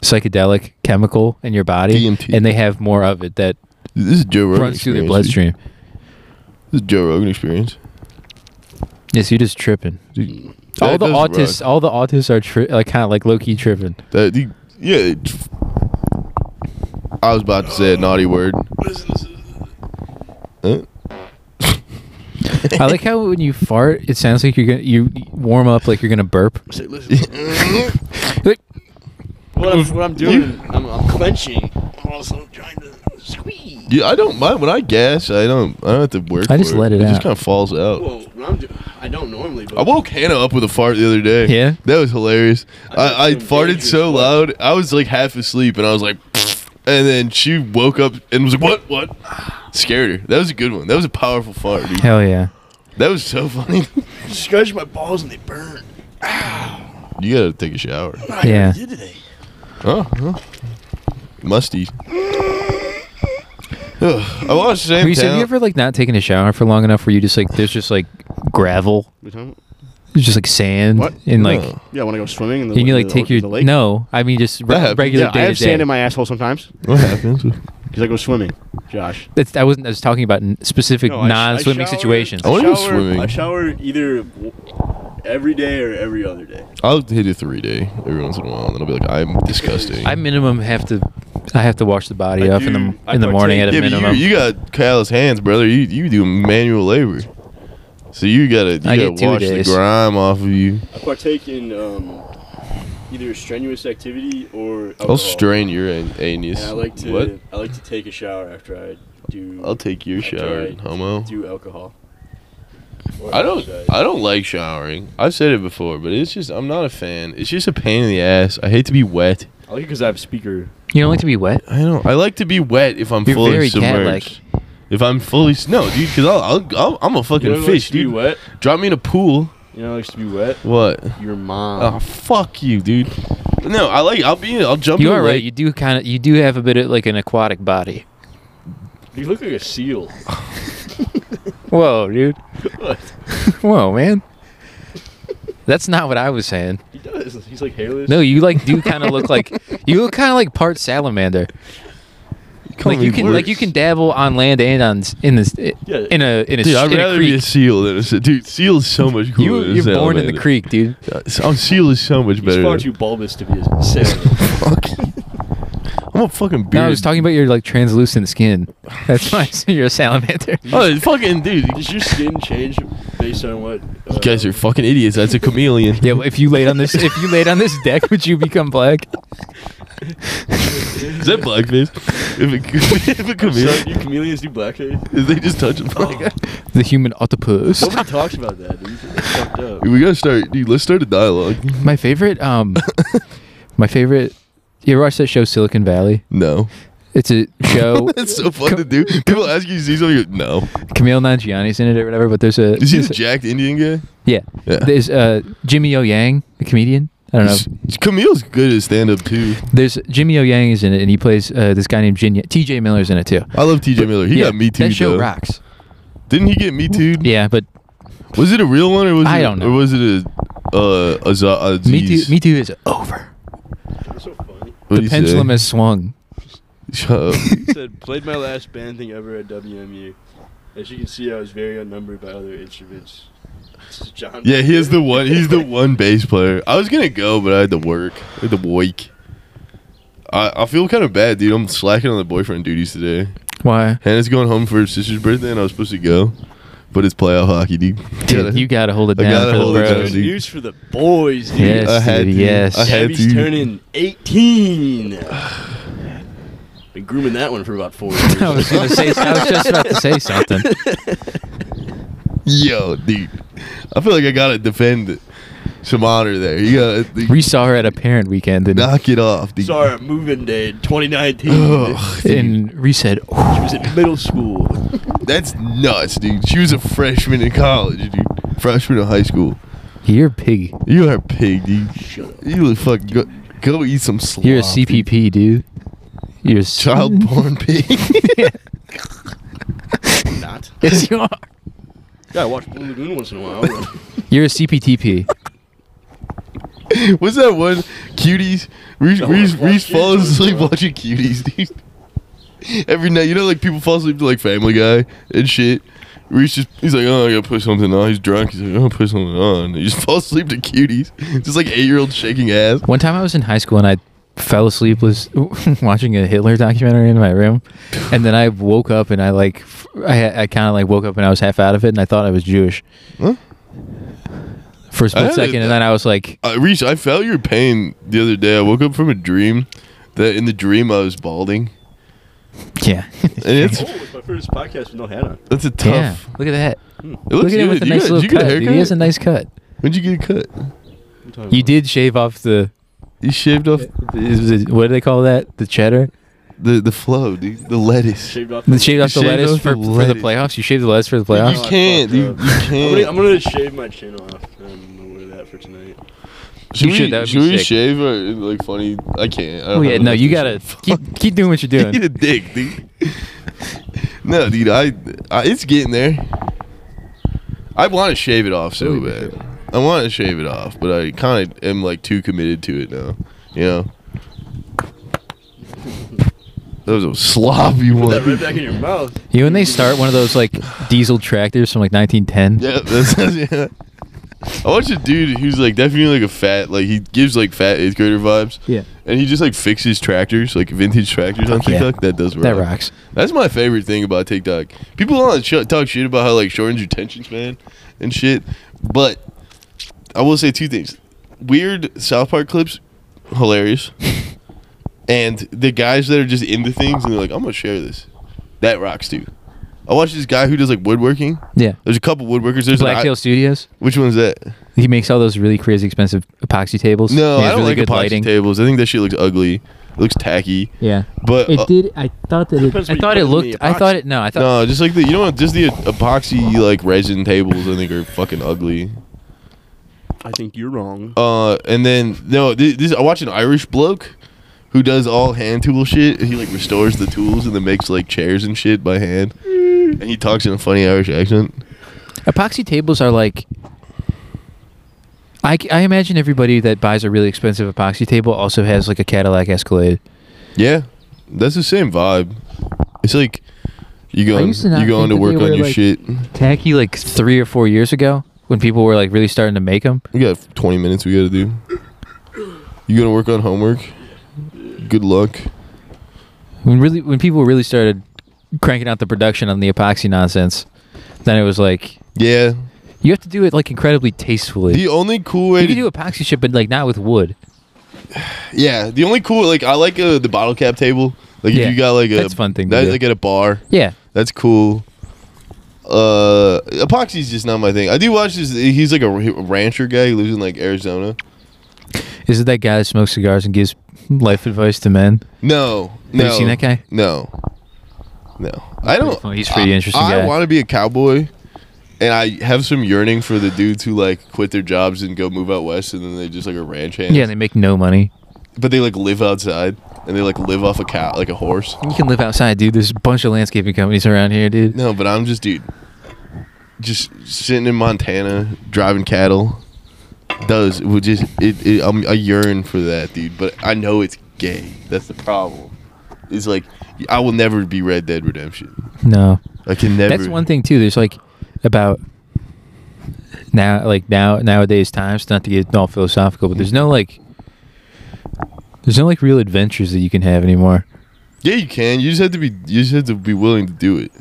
psychedelic chemical in your body,
DMT.
and they have more of it that
Dude. This is Joe Rogan.
runs through their
experience, dude.
bloodstream.
This is Joe Rogan experience.
Yes, you're just tripping.
Dude,
all
that
the
does
autists,
rock.
all the autists are tri- like kind of like low key tripping.
That, dude, yeah. it- I was about to say a naughty word. Huh?
I like how when you fart, it sounds like you're gonna you warm up like you're gonna burp.
I say, listen, what I'm, what I'm doing, I'm, I'm clenching. I'm also trying to squeeze.
Yeah, I don't mind when I gas. I don't. I don't have to work.
I just
for
let it
It just
out.
kind of falls out.
Well, when I'm do- I don't normally, but
I woke Hannah up with a fart the other day.
Yeah?
that was hilarious. I, I
That's some
farted
dangerous
so
fart.
loud, I was like half asleep, and I was like, and then she woke up and was like, "What? What?" Scared her. That was a good one. That was a powerful fart. Dude.
Hell yeah.
That was so funny.
scratched my balls and they burned.
you gotta take a shower.
I
Yeah.
did today.
Oh, huh. musty. Ugh, I watched Sam.
Reese, have
Town-
you ever like not taken a shower for long enough where you just like there's just like gravel,
We talking about-
there's just like sand
What?
and like
No.
Yeah, when I go swimming in the
and you like
the-
take
the
your
lake.
no, I mean just re-
happens.
regular
Yeah, I
day
have
to day.
sand in my asshole sometimes
What happens?
because I go swimming. Josh,
That's, I wasn't. I was talking about n- specific
No, I sh- I
non-swimming
shower- Oh.
situations.
I wanna go
shower-
swimming.
I shower either w- every day or every other day.
I'll hit a three day every once in a while, and then I'll be like, I'm disgusting.
I minimum have to. I have to wash the body
I
off in
do-
the
I
in the
partake-
morning at a
yeah,
minimum.
but you, you got callous hands, brother. You you do manual labor, so you gotta you
I
gotta
get two
wash
days.
the grime off of you.
I partake in um, either strenuous activity or alcohol.
I'll strain your an-
And
anus.
Oh, I like to
What?
I like to take a shower after I do.
I'll take your
after
shower,
I
homo.
Do alcohol. Or
I don't
exercise.
I don't like showering. I've said it before, but it's just I'm not a fan. It's just a pain in the ass. I hate to be wet.
I like it because I have speaker.
You don't like to be wet.
I don't. I like to be wet if I'm
You're
fully
very
submerged.
cat-like.
If I'm fully s- no, dude, because I'll, I'll, I'll I'm a
You
fucking
know who likes
fish,
to be
dude.
wet.
Drop me in a pool.
You know, who likes to be wet.
What?
Your mom.
Oh fuck you, dude. No, I like. I'll be. I'll jump.
You
in
are
the
right.
lake.
You do kind of. You do have a bit of like an aquatic body.
You look like a seal.
Whoa, dude.
What?
Whoa, man. That's not what I was saying.
He does. He's like hairless.
No, you like do kind of look like you look kind of like part salamander.
Call
Like
me
you can like you
worse.
can dabble on land and on s- in this
Yeah.
in a in a,
Dude,
s-
I'd
in a
rather be a
creek.
seal than a sa- dude. Seal's so much cooler.
You
than a
you're born in the
salamander.
creek, dude.
Uh, so- oh, seal is so much
He's
better.
far
than-
too bulbous to be a salmon.
Fuck. I'm a fucking beard.
No, I was talking about your like translucent skin. That's why I said you're a salamander.
Oh, fucking dude! You
Does your skin change based on what? Uh,
guys are fucking idiots. That's a chameleon.
Yeah, well, if you laid on this if you laid on this deck, would you become black?
Is that blackface? If a, if a
I'm sorry,
chameleon,
do chameleons do blackface?
if they just touch a black guy.
The human octopus.
Nobody talks about that. Dude. It's fucked up.
We gotta start, dude. Let's start a dialogue.
My favorite um my favorite you ever watch that show Silicon Valley?
No,
It's a show
that's so fun to do. People ask you to see something. you go, No,
Camille Nanjiani's in it or whatever, but there's a
is he
there's
the
a-
jacked Indian guy?
Yeah.
Yeah.
There's uh, Jimmy O Yang, a comedian. I don't know.
S- Camille's good at stand up too.
There's Jimmy O Yang is in it, and he plays uh, this guy named Jin. T.J. Miller's in it too.
I love TJ Miller. He
Yeah,
got me too.
That show
though.
rocks.
Didn't he get me too?
Yeah, but
Was it a real one or was
I
it,
don't know.
Or was it a uh a, zo- a
Me Too,
Z's?
Me Too is over.
That's so funny.
What'd
the
he say?
pendulum has swung.
Shut up.
He said, "Played my last band thing ever at WMU. As you can see, I was very unnumbered by other instruments." This is John.
yeah, he is the one. He's the one bass player. I was gonna go, but I had to work. I had to work. I, I feel kind of bad, dude. I'm slacking on the boyfriend duties today.
Why?
Hannah's going home for her sister's birthday, and I was supposed to go, but it's playoff hockey, dude.
Dude,
Gotta-
you gotta hold it
I
down
gotta
for the
hold it down,
bros.
Good news for the boys, dude.
Yes,
I had
dude,
to.
yes.
Uh, I had
Gabby's
to.
turning 18. Been grooming that one for about four years.
I was gonna say. I was just about to say something.
Yo, dude. I feel like I gotta defend some honor there. You gotta
We saw her at a parent weekend, and
knock it off, dude.
Sorry, moving day in 2019.
Ugh, dude.
and Reese said, "Oh,
She was in middle school.
That's nuts, dude. She was a freshman in college, dude. Freshman in high school.
"You're a pig.
You are a pig, dude.
Shut up.
You look fucking go, go eat some slop.
You're a
dude.
CPP, dude. You're a
Child born pig.
Not.
yes, you are.
Yeah, I watch Blue Lagoon once in a while. Oh,
You're a CPTP."
What's that one? Cuties. Reese,
No,
Reese,
I've watched
Reese
it.
falls asleep
Sorry.
watching cuties, dude. Every night, you know, like people fall asleep to like Family Guy and shit. Reese just, he's like, oh, I gotta put something on. He's drunk. He's like, oh, put something on. He just falls asleep to cuties. Just like eight year old shaking ass.
One time I was in high school and I fell asleep was watching a Hitler documentary in my room, and then I woke up and I like f- I, I kind of like woke up and I was half out of it and I thought I was Jewish
Huh?
for a
I
split
had
second,
it-
and then I was like,
I Uh, Reese, I felt your pain the other day. I woke up from a dream that in the dream I was balding.
Yeah.
And it's
Oh, it's my first podcast with no hat on.
that's a tough.
yeah. Look at that.
It looks
Look at him with a
good. You
nice
got-
little
did you
cut.
get a
dude. He has a
haircut?
nice cut.
When'd you get a cut?
I'm talking
You
about-
did shave off the.
You shaved off
is it- what do they call that? The cheddar.
the the flow, dude. The lettuce.
shaved off.
The shaved off the
shaved
lettuce
off
for,
the
for the
lettuce.
playoffs. You shaved the lettuce for the
You
Oh,
playoffs.
I
can't.
fucked
You, you
up. I'm gonna, I'm
can't.
gonna shave my chin off. I'm aware of that for tonight.
Should we,
should, that would be
should we
sick.
shave or like funny? I can't. I don't
Oh yeah,
have
no,
enough
you
to-
gotta keep, keep doing what you're
Eat
doing.
a dick, dude. no, dude, I, I it's getting there. I want to shave it off so bad. I want to shave it off, but I kind of am like too committed to it now. You know. That was a sloppy
Put that right
one.
back in your mouth.
You know when they start one of those like diesel tractors from like 1910?
Yeah, that's, yeah. I watched a dude who's like definitely like a fat, like he gives like fat eighth grader vibes,
Yeah.
and he just like fixes tractors, like vintage tractors on
Fuck yeah.
TikTok. That does rock.
That rocks.
That's my favorite thing about TikTok. People on sh- talk shit about how like shortens your attention span and shit, but I will say two things: weird South Park clips, hilarious, and the guys that are just into things and they're like, "I'm gonna share this." That rocks too. I watched this guy who does like woodworking.
Yeah.
There's a couple woodworkers. There's an I-
Blacktail Studios.
which one's that?
He makes all those really crazy expensive epoxy tables.
No,
He has
I don't
really
like
good
epoxy
lighting.
tables. I think that shit looks ugly. It looks tacky.
Yeah.
But uh,
It did. I thought that it.
Depends
I
what you
thought
put
it
in the
looked. I thought
epoxy.
it. No, I thought.
No, just like the you know what, just the epoxy like resin tables I think are fucking ugly.
I think you're wrong.
Uh, and then no, this, this I watch an Irish bloke who does all hand tool shit. And he like restores the tools and then makes like chairs and shit by hand. And he talks in a funny Irish accent.
Epoxy tables are like. I, c- I imagine everybody that buys a really expensive epoxy table also has like a Cadillac Escalade.
Yeah, that's the same vibe. It's like you go
used to not
you go
think
to
that
work
they
on
were,
your
like-
shit.
Tacky like three or four years ago when people were like really starting to make them.
We got 20 minutes we got to do. You going to work on homework? Good luck.
When really when people really started cranking out the production on the epoxy nonsense, then it was like
Yeah.
you have to do it like incredibly tastefully.
The only cool way
you
to
can do epoxy shit, but like not with wood.
Yeah, the only cool like I like uh, the bottle cap table. Like
Yeah,
if you got like a
that's a fun thing to
that-
do.
like at a bar.
Yeah.
That's cool. Uh, epoxy's just not my thing. I do watch this. He's like a r- rancher guy. He lives in like Arizona.
Is it that guy that smokes cigars and gives life advice to men?
No,
you
no.
seen that guy?
No, no. I
pretty
don't.
funny. He's a pretty
I-
interesting
I
guy.
want to be a cowboy, and I have some yearning for the dudes who like quit their jobs and go move out west, and then they just like a ranch hand.
Yeah, they make no money.
but they like live outside and they like live off a cow, like a horse.
You can live outside, dude. There's a bunch of landscaping companies around here, dude.
No, but I'm just dude, just sitting in Montana driving cattle. Does it would just it, it I'm, I yearn for that, dude. But I know it's gay. That's the problem. It's like I will never be Red Dead Redemption.
No.
I can never.
That's one thing too. There's like about now, like now nowadays times. Not to get all philosophical, but there's no like, there's no like real adventures that you can have anymore.
Yeah, you can. You just have to be. You just have to be willing to do it.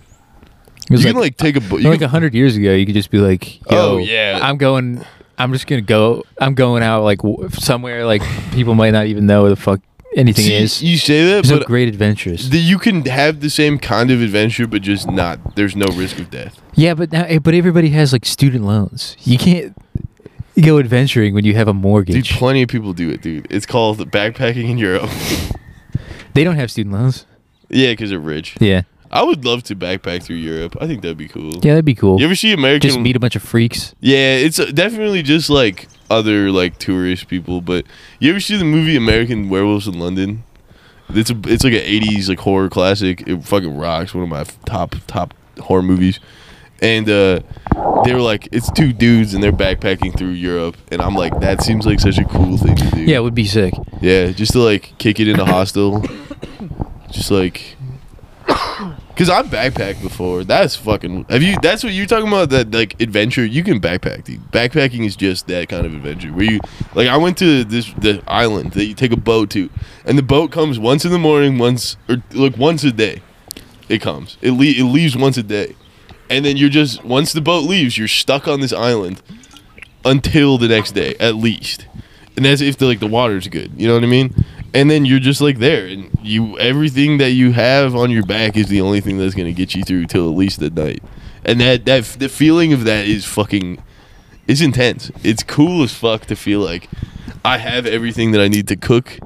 It was
you can like take a. bu- You
like
can-
a hundred years ago, you could just be like, Yo,
Oh, yeah.
I'm going. I'm just gonna go. I'm going out like w- somewhere like people might not even know where the fuck anything
See,
is.
You say that,
There's no
but
great adventures.
the, you can have the same kind of adventure, but just not. There's no risk of death.
Yeah, but now, eh, but everybody has like student loans. You can't go adventuring when you have a
Dude,
mortgage.
plenty of people do it, dude. It's called backpacking in Europe.
they don't have student loans.
yeah, because they're rich.
Yeah,
I would love to backpack through Europe. I think that'd be cool.
yeah, that'd be cool.
You ever see American?
Just meet a bunch of freaks.
yeah, it's uh, definitely just like other like tourist people. But you ever see the movie American Werewolves in London? It's a it's like an '80s like horror classic. It fucking rocks. One of my f- top top horror movies. And uh, they were like, it's two dudes and they're backpacking through Europe. And I'm like, that seems like such a cool thing to do.
Yeah, it would be sick.
Yeah, just to like kick it in a hostel. just like Cause I've backpacked before. That's fucking. Have you? That's what you're talking about. That like adventure. You can backpack. Dude. Backpacking is just that kind of adventure. Where you, like, I went to this the island that you take a boat to, and the boat comes once in the morning, once or like once a day. It comes. It le- it leaves once a day, and then you're just once the boat leaves, you're stuck on this island until the next day at least, and that's if the like the water's good. You know what I mean? and then you're just like there, and you everything that you have on your back is the only thing that's gonna get you through till at least the night, and that that the feeling of that is fucking, it's intense. It's cool as fuck to feel like I have everything that I need to cook,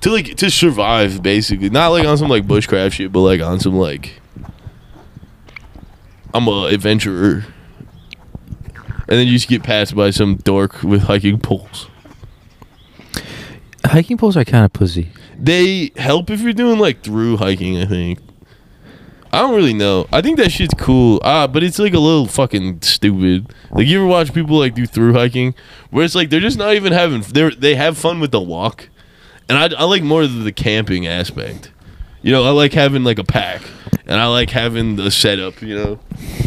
to like to survive basically. Not like on some like bushcraft shit, but like on some like I'm a adventurer, and then you just get passed by some dork with hiking poles.
Hiking poles are kind of pussy.
They help if you're doing like through hiking, I think. I don't really know. I think that shit's cool. Ah, but it's like a little fucking stupid. Like you ever watch people like do through hiking where it's like they're just not even having they they have fun with the walk. And I I like more of the camping aspect. You know, I like having like a pack and I like having the setup, you know.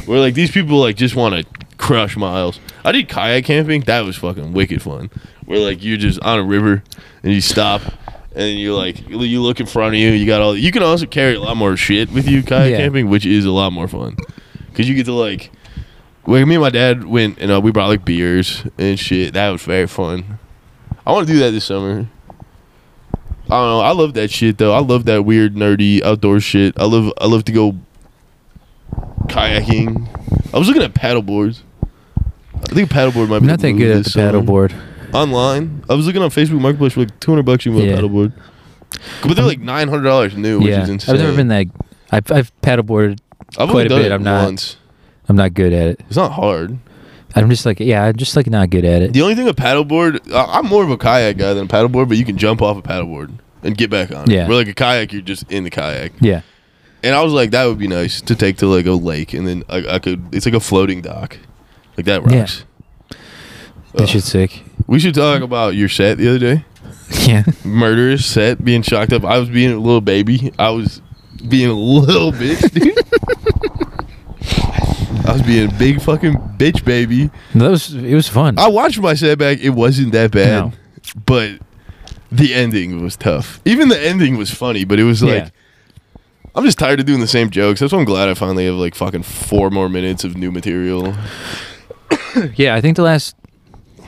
Where like these people like just want to crush miles. I did kayak camping. That was fucking wicked fun. Where like you're just on a river and you stop and you like you look in front of you. You got all. You can also carry a lot more shit with you kayak
Yeah.
camping, which is a lot more fun because you get to like. Like me and my dad went and uh, we brought like beers and shit. That was very fun. I want to do that this summer. I don't know. I love that shit though. I love that weird nerdy outdoor shit. I love I love to go kayaking. I was looking at paddle boards. I think a paddleboard might be
I'm not that
move
good at the
this summer.
paddleboard.
Online, I was looking on Facebook Marketplace for like two hundred bucks. You can buy
Yeah.
a paddleboard, but they're like nine hundred dollars new, which
Yeah, I've
is insane.
never been that. I've, I've paddleboarded.
I've
quite a
done
bit,
It
I'm not-
Once.
I'm not good at it.
It's not hard.
I'm just like yeah. I'm just like not good at it.
The only thing a paddleboard, I- I'm more of a kayak guy than a paddleboard, but you can jump off a paddleboard and get back on.
Yeah.
It. Where like a kayak, you're just in the kayak.
Yeah.
And I was like, that would be nice to take to like a lake, and then I, I could. It's like a floating dock, like that
Yeah.
rocks.
That
Ugh.
shit's sick.
We should talk about your set the other day.
Yeah.
Murderous set being shocked up. I was being a little baby. I was being a little bitch, dude. I was being a big fucking bitch, baby.
No, that was it was fun.
I watched my setback. It wasn't that bad,
No.
but the ending was tough. Even the ending was funny, but it was like
Yeah.
I'm just tired of doing the same jokes. That's why I'm glad I finally have like fucking four more minutes of new material.
Yeah, I think the last. I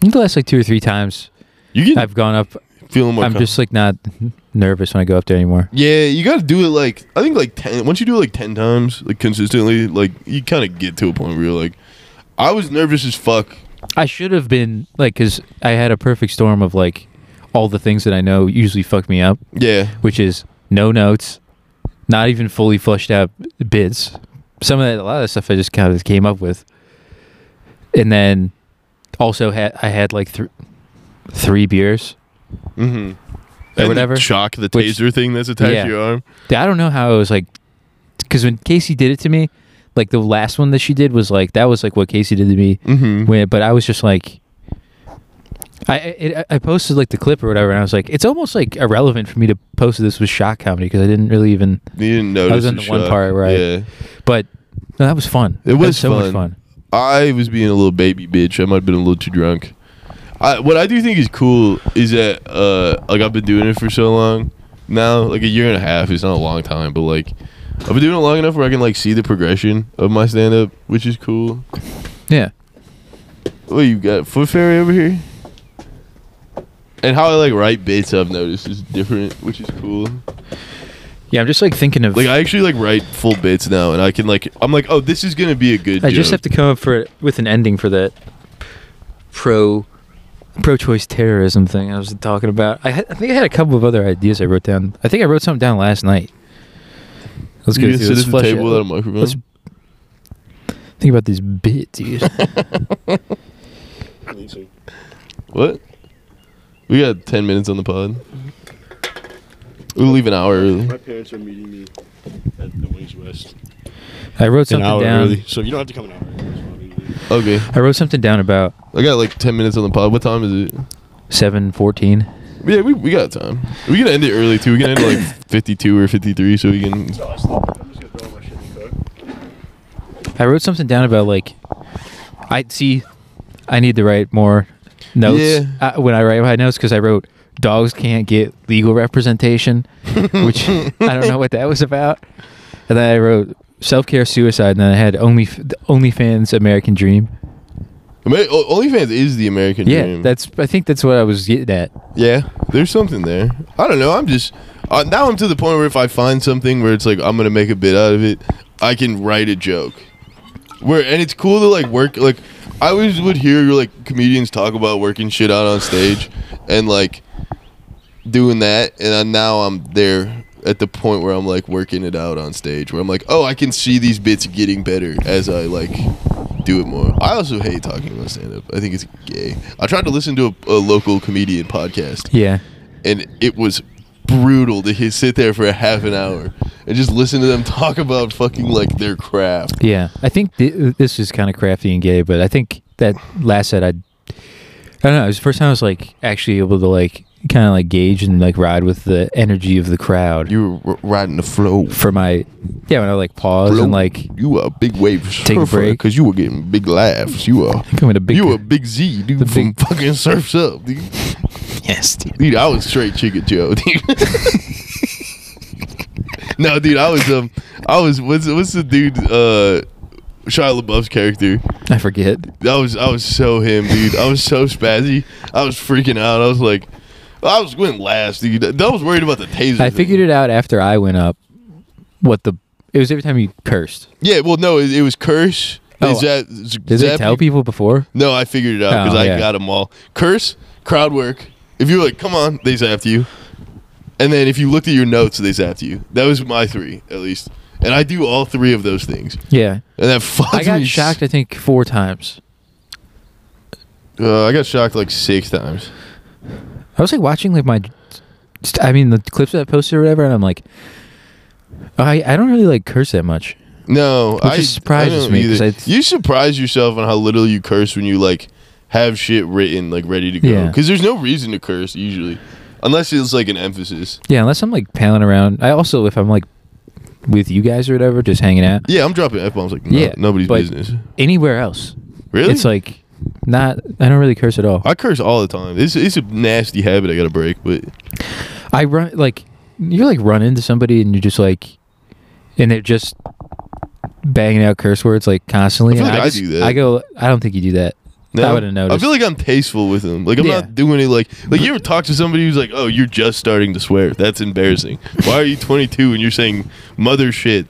think the last like two or three times
You get
I've gone up,
feeling more.
I'm
com-
just like not nervous when I go up there anymore.
yeah, you got to do it like I think like ten. Once you do it like ten times, like consistently, like you kind of get to a point where you're like, I was nervous as fuck.
I should have been like, because I had a perfect storm of like all the things that I know usually fuck me up,
Yeah,
which is no notes, not even fully flushed out bits. Some of that, a lot of that stuff I just kind of came up with, and then also had I had like thr three beers.
mm-hmm.
Or whatever.
Shock the
Which-
taser thing that's attached
Yeah.
to your arm.
Yeah, I don't know how it was like, because when Casey did it to me, like the last one that she did was like that was like what Casey did to me.
Mm-hmm.
When, but I was just like, I it, I posted like the clip or whatever, and I was like, it's almost like irrelevant for me to post this with shock comedy because I didn't really even.
You didn't notice.
in the one
shock.
part where I-
Yeah.
But no, that was fun.
It
That
was
so much
fun.
fun.
I was being a little baby bitch. I might have been a little too drunk. I, what I do think is cool is that uh, like I've been doing it for so long now, like a year and a half. It's not a long time, but like I've been doing it long enough where I can like see the progression of my stand up, which is cool.
Yeah,
Oh, you got foot fairy over here, and how I like write bits I've noticed is different, which is cool.
yeah. I'm just like thinking of.
Like I actually like write full bits now, and I can like I'm like, oh, this is gonna be a good.
I just
joke.
have to come up for with an ending for that pro pro choice terrorism thing I was talking about. I, had, I think I had a couple of other ideas I wrote down. I think I wrote something down last night. Let's
You
go
can
through
sit
this
at the table without a microphone.
Let's think about this bit, dude.
Need some-
What? We got ten minutes on the pod. We'll leave an hour early.
My parents are meeting me at the Wings West
I wrote something down.
so you don't have to come an hour. early, so I mean,
Okay.
I wrote something down about
I got like ten minutes on the pod. What time is it?
seven fourteen.
Yeah, we, we got time. We can end it early too. We can end at like fifty two or fifty three so we can
no, I slept. I'm just gonna throw all my shit in the car.
I wrote something down about like I see. I need to write more notes
Yeah.
uh, when I write my notes because I wrote dogs can't get legal representation, which I don't know what that was about. And then I wrote self care suicide, and then I had only OnlyFans American Dream.
Amer- O- OnlyFans is the American
Yeah,
dream.
that's. I think that's what I was getting at.
yeah. There's something there. I don't know. I'm just uh, now. I'm to the point where if I find something where it's like I'm gonna make a bit out of it, I can write a joke. Where and it's cool to like work. Like I always would hear like comedians talk about working shit out on stage, and like doing that. And I, now I'm there at the point where I'm like working it out on stage. Where I'm like, oh, I can see these bits getting better as I like do it more. I also hate talking about stand up. I think it's gay. I tried to listen to a, a local comedian podcast,
Yeah,
and it was brutal to he- sit there for a half an hour and just listen to them talk about fucking like their craft.
yeah. I think th- this is kind of crafty and gay, but I think that last set I, I don't know. It was the first time I was like actually able to like kind of like gauge and like ride with the energy of the crowd
You were r- riding the flow.
for my yeah when I like pause
Flow.
and like
you were a big wave
a break.
because you were getting big laughs. You were
coming a big
you were a big Z dude
the
from
big-
fucking Surfs Up, dude.
yes dude.
Dude, I was straight Chicken Joe, dude. no, dude, I was um, I was what's what's the dude uh, Shia LaBeouf's character?
I forget
I was I was so him, dude. I was so spazzy. I was freaking out. I was like, I was going last, dude. I was worried about the taser.
I figured it out after I went up what the it was every time you cursed
Yeah, well, no, it, it was curse.
Oh,
is that z-
did they
zap-
tell people before
No, I figured it out because
Oh,
I
yeah.
got them all. Curse, crowd work. If you were like, come on, they zapped you. And then if you looked at your notes, they zapped you. That was my three, at least. And I do all three of those things.
yeah
And that fucks
I got
me.
shocked I think four times
Uh, I got shocked like six times.
I was like watching like my, st- I mean the clips that I posted or whatever, and I'm like, I I don't really like curse that much.
No,
Which
I
just surprises
I don't
me,
either.
'cause I th-
you surprise yourself on how little you curse when you like have shit written like ready to go.
Yeah.
Because there's no reason to curse usually, unless it's like an emphasis.
Yeah, unless I'm like palling around. I also if I'm like with you guys or whatever, just hanging out
Yeah, I'm dropping f bombs like no,
Yeah,
nobody's
but-
business.
anywhere else,
Really?
it's like not. I don't really curse at all.
I curse all the time. It's it's a nasty habit I gotta break, but
I run like you're like run into somebody and you're just like, and they're just banging out curse words like constantly.
I feel
and
like I
just-
do that.
I go. I don't think you do that.
no,
I wouldn't notice.
I feel like I'm tasteful with them. Like I'm
Yeah.
not doing it like like you ever talk to somebody who's like, oh, you're just starting to swear. That's embarrassing. Why are you 22 and you're saying mother shit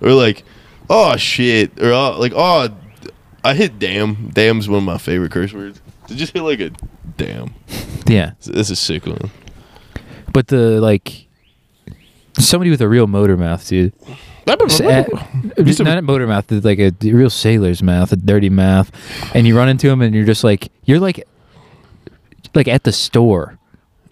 or like oh shit or oh, like oh I hit damn. Damn's one of my favorite curse words. To just hit like a damn.
yeah.
That's a sick one.
But the like somebody with a real motor mouth, dude. S- uh,
Used to-
not a motor mouth, it's like a d- real sailor's mouth, a dirty mouth, and you run into him, and you're just like you're like like at the store,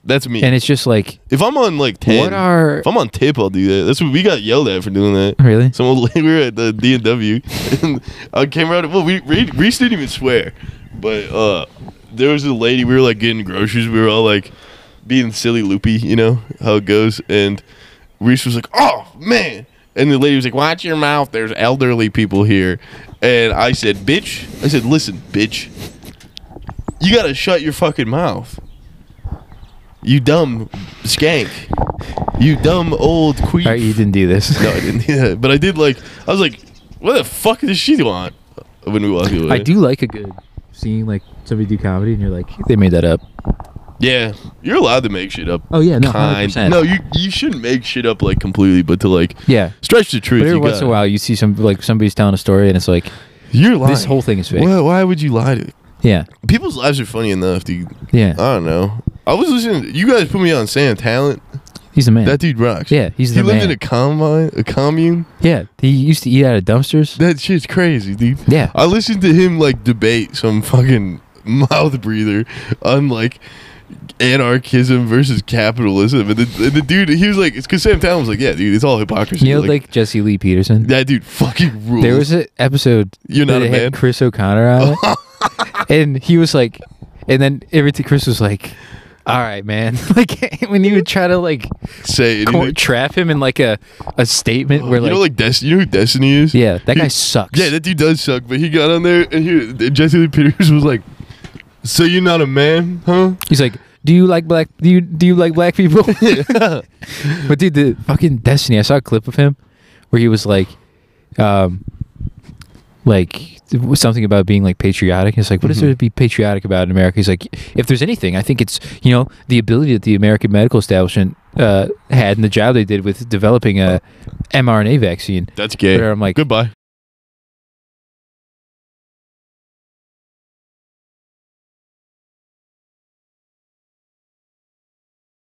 That's me.
and it's just like
If I'm on like ten,
What are-
if I'm on tip, I'll do that. That's what we got yelled at for doing that.
Really?
Someone we were at the D and W, and I came around. Well, we Reese Reese didn't even swear, but uh, there was a lady. We were like getting groceries. We were all like being silly, loopy. You know how it goes. And Reese was like, "Oh man." And the lady was like, "Watch your mouth. There's elderly people here." And I said, "Bitch," I said, "Listen, bitch, you gotta shut your fucking mouth." You dumb skank. You dumb old queen.
all right, you didn't do this.
No, I didn't. Yeah, but I did like. I was like, what the fuck does she want? When we walk away.
I do like a good seeing like somebody do comedy, and you're like they made that up.
Yeah, you're allowed to make shit up.
Oh, yeah, no,
kind.
100%.
No, you you shouldn't make shit up like completely, but to like
Yeah.
stretch the truth.
But every
you
once in a
gotta-
while, you see some like somebody's telling a story, and it's like,
you're lying.
whole thing is fake.
Why, why would you lie to?
yeah,
People's lives are funny enough, dude.
yeah,
I don't know. I was listening. You guys put me on Sam Talent.
he's the man.
That dude rocks.
Yeah, he's
he
the
lived
man.
in a combine, a commune.
yeah, he used to eat out of dumpsters.
That shit's crazy, dude.
Yeah.
I listened to him like debate some fucking mouth breather on like anarchism versus capitalism, and the, and the dude he was like, it's because Sam Town was like, yeah, dude, it's all hypocrisy.
You know, like, Jesse Lee Peterson.
that dude fucking rules.
There was an episode
You're not
that
a
it had
man.
Chris O'Connor on it, and he was like, and then everything Chris was like, "All right, man." Like when you would try to like
say anything.
cor- trap him in like a a statement where
Oh, you
like,
know, like Destiny. You know who Destiny is?
yeah, that
He-
guy sucks.
Yeah, that dude does suck. But he got on there, and he Jesse Lee Peters was like, "So you're not a man, huh?"
He's like, "Do you like black? Do you do you like black people?" but dude, the fucking Destiny. I saw a clip of him where he was like, um, like something about being like patriotic. It's like, what is there to be patriotic about in America? He's like, if there's anything, I think it's you know the ability that the American medical establishment uh, had and the job they did with developing a mRNA vaccine.
That's gay.
Where I'm like-
goodbye.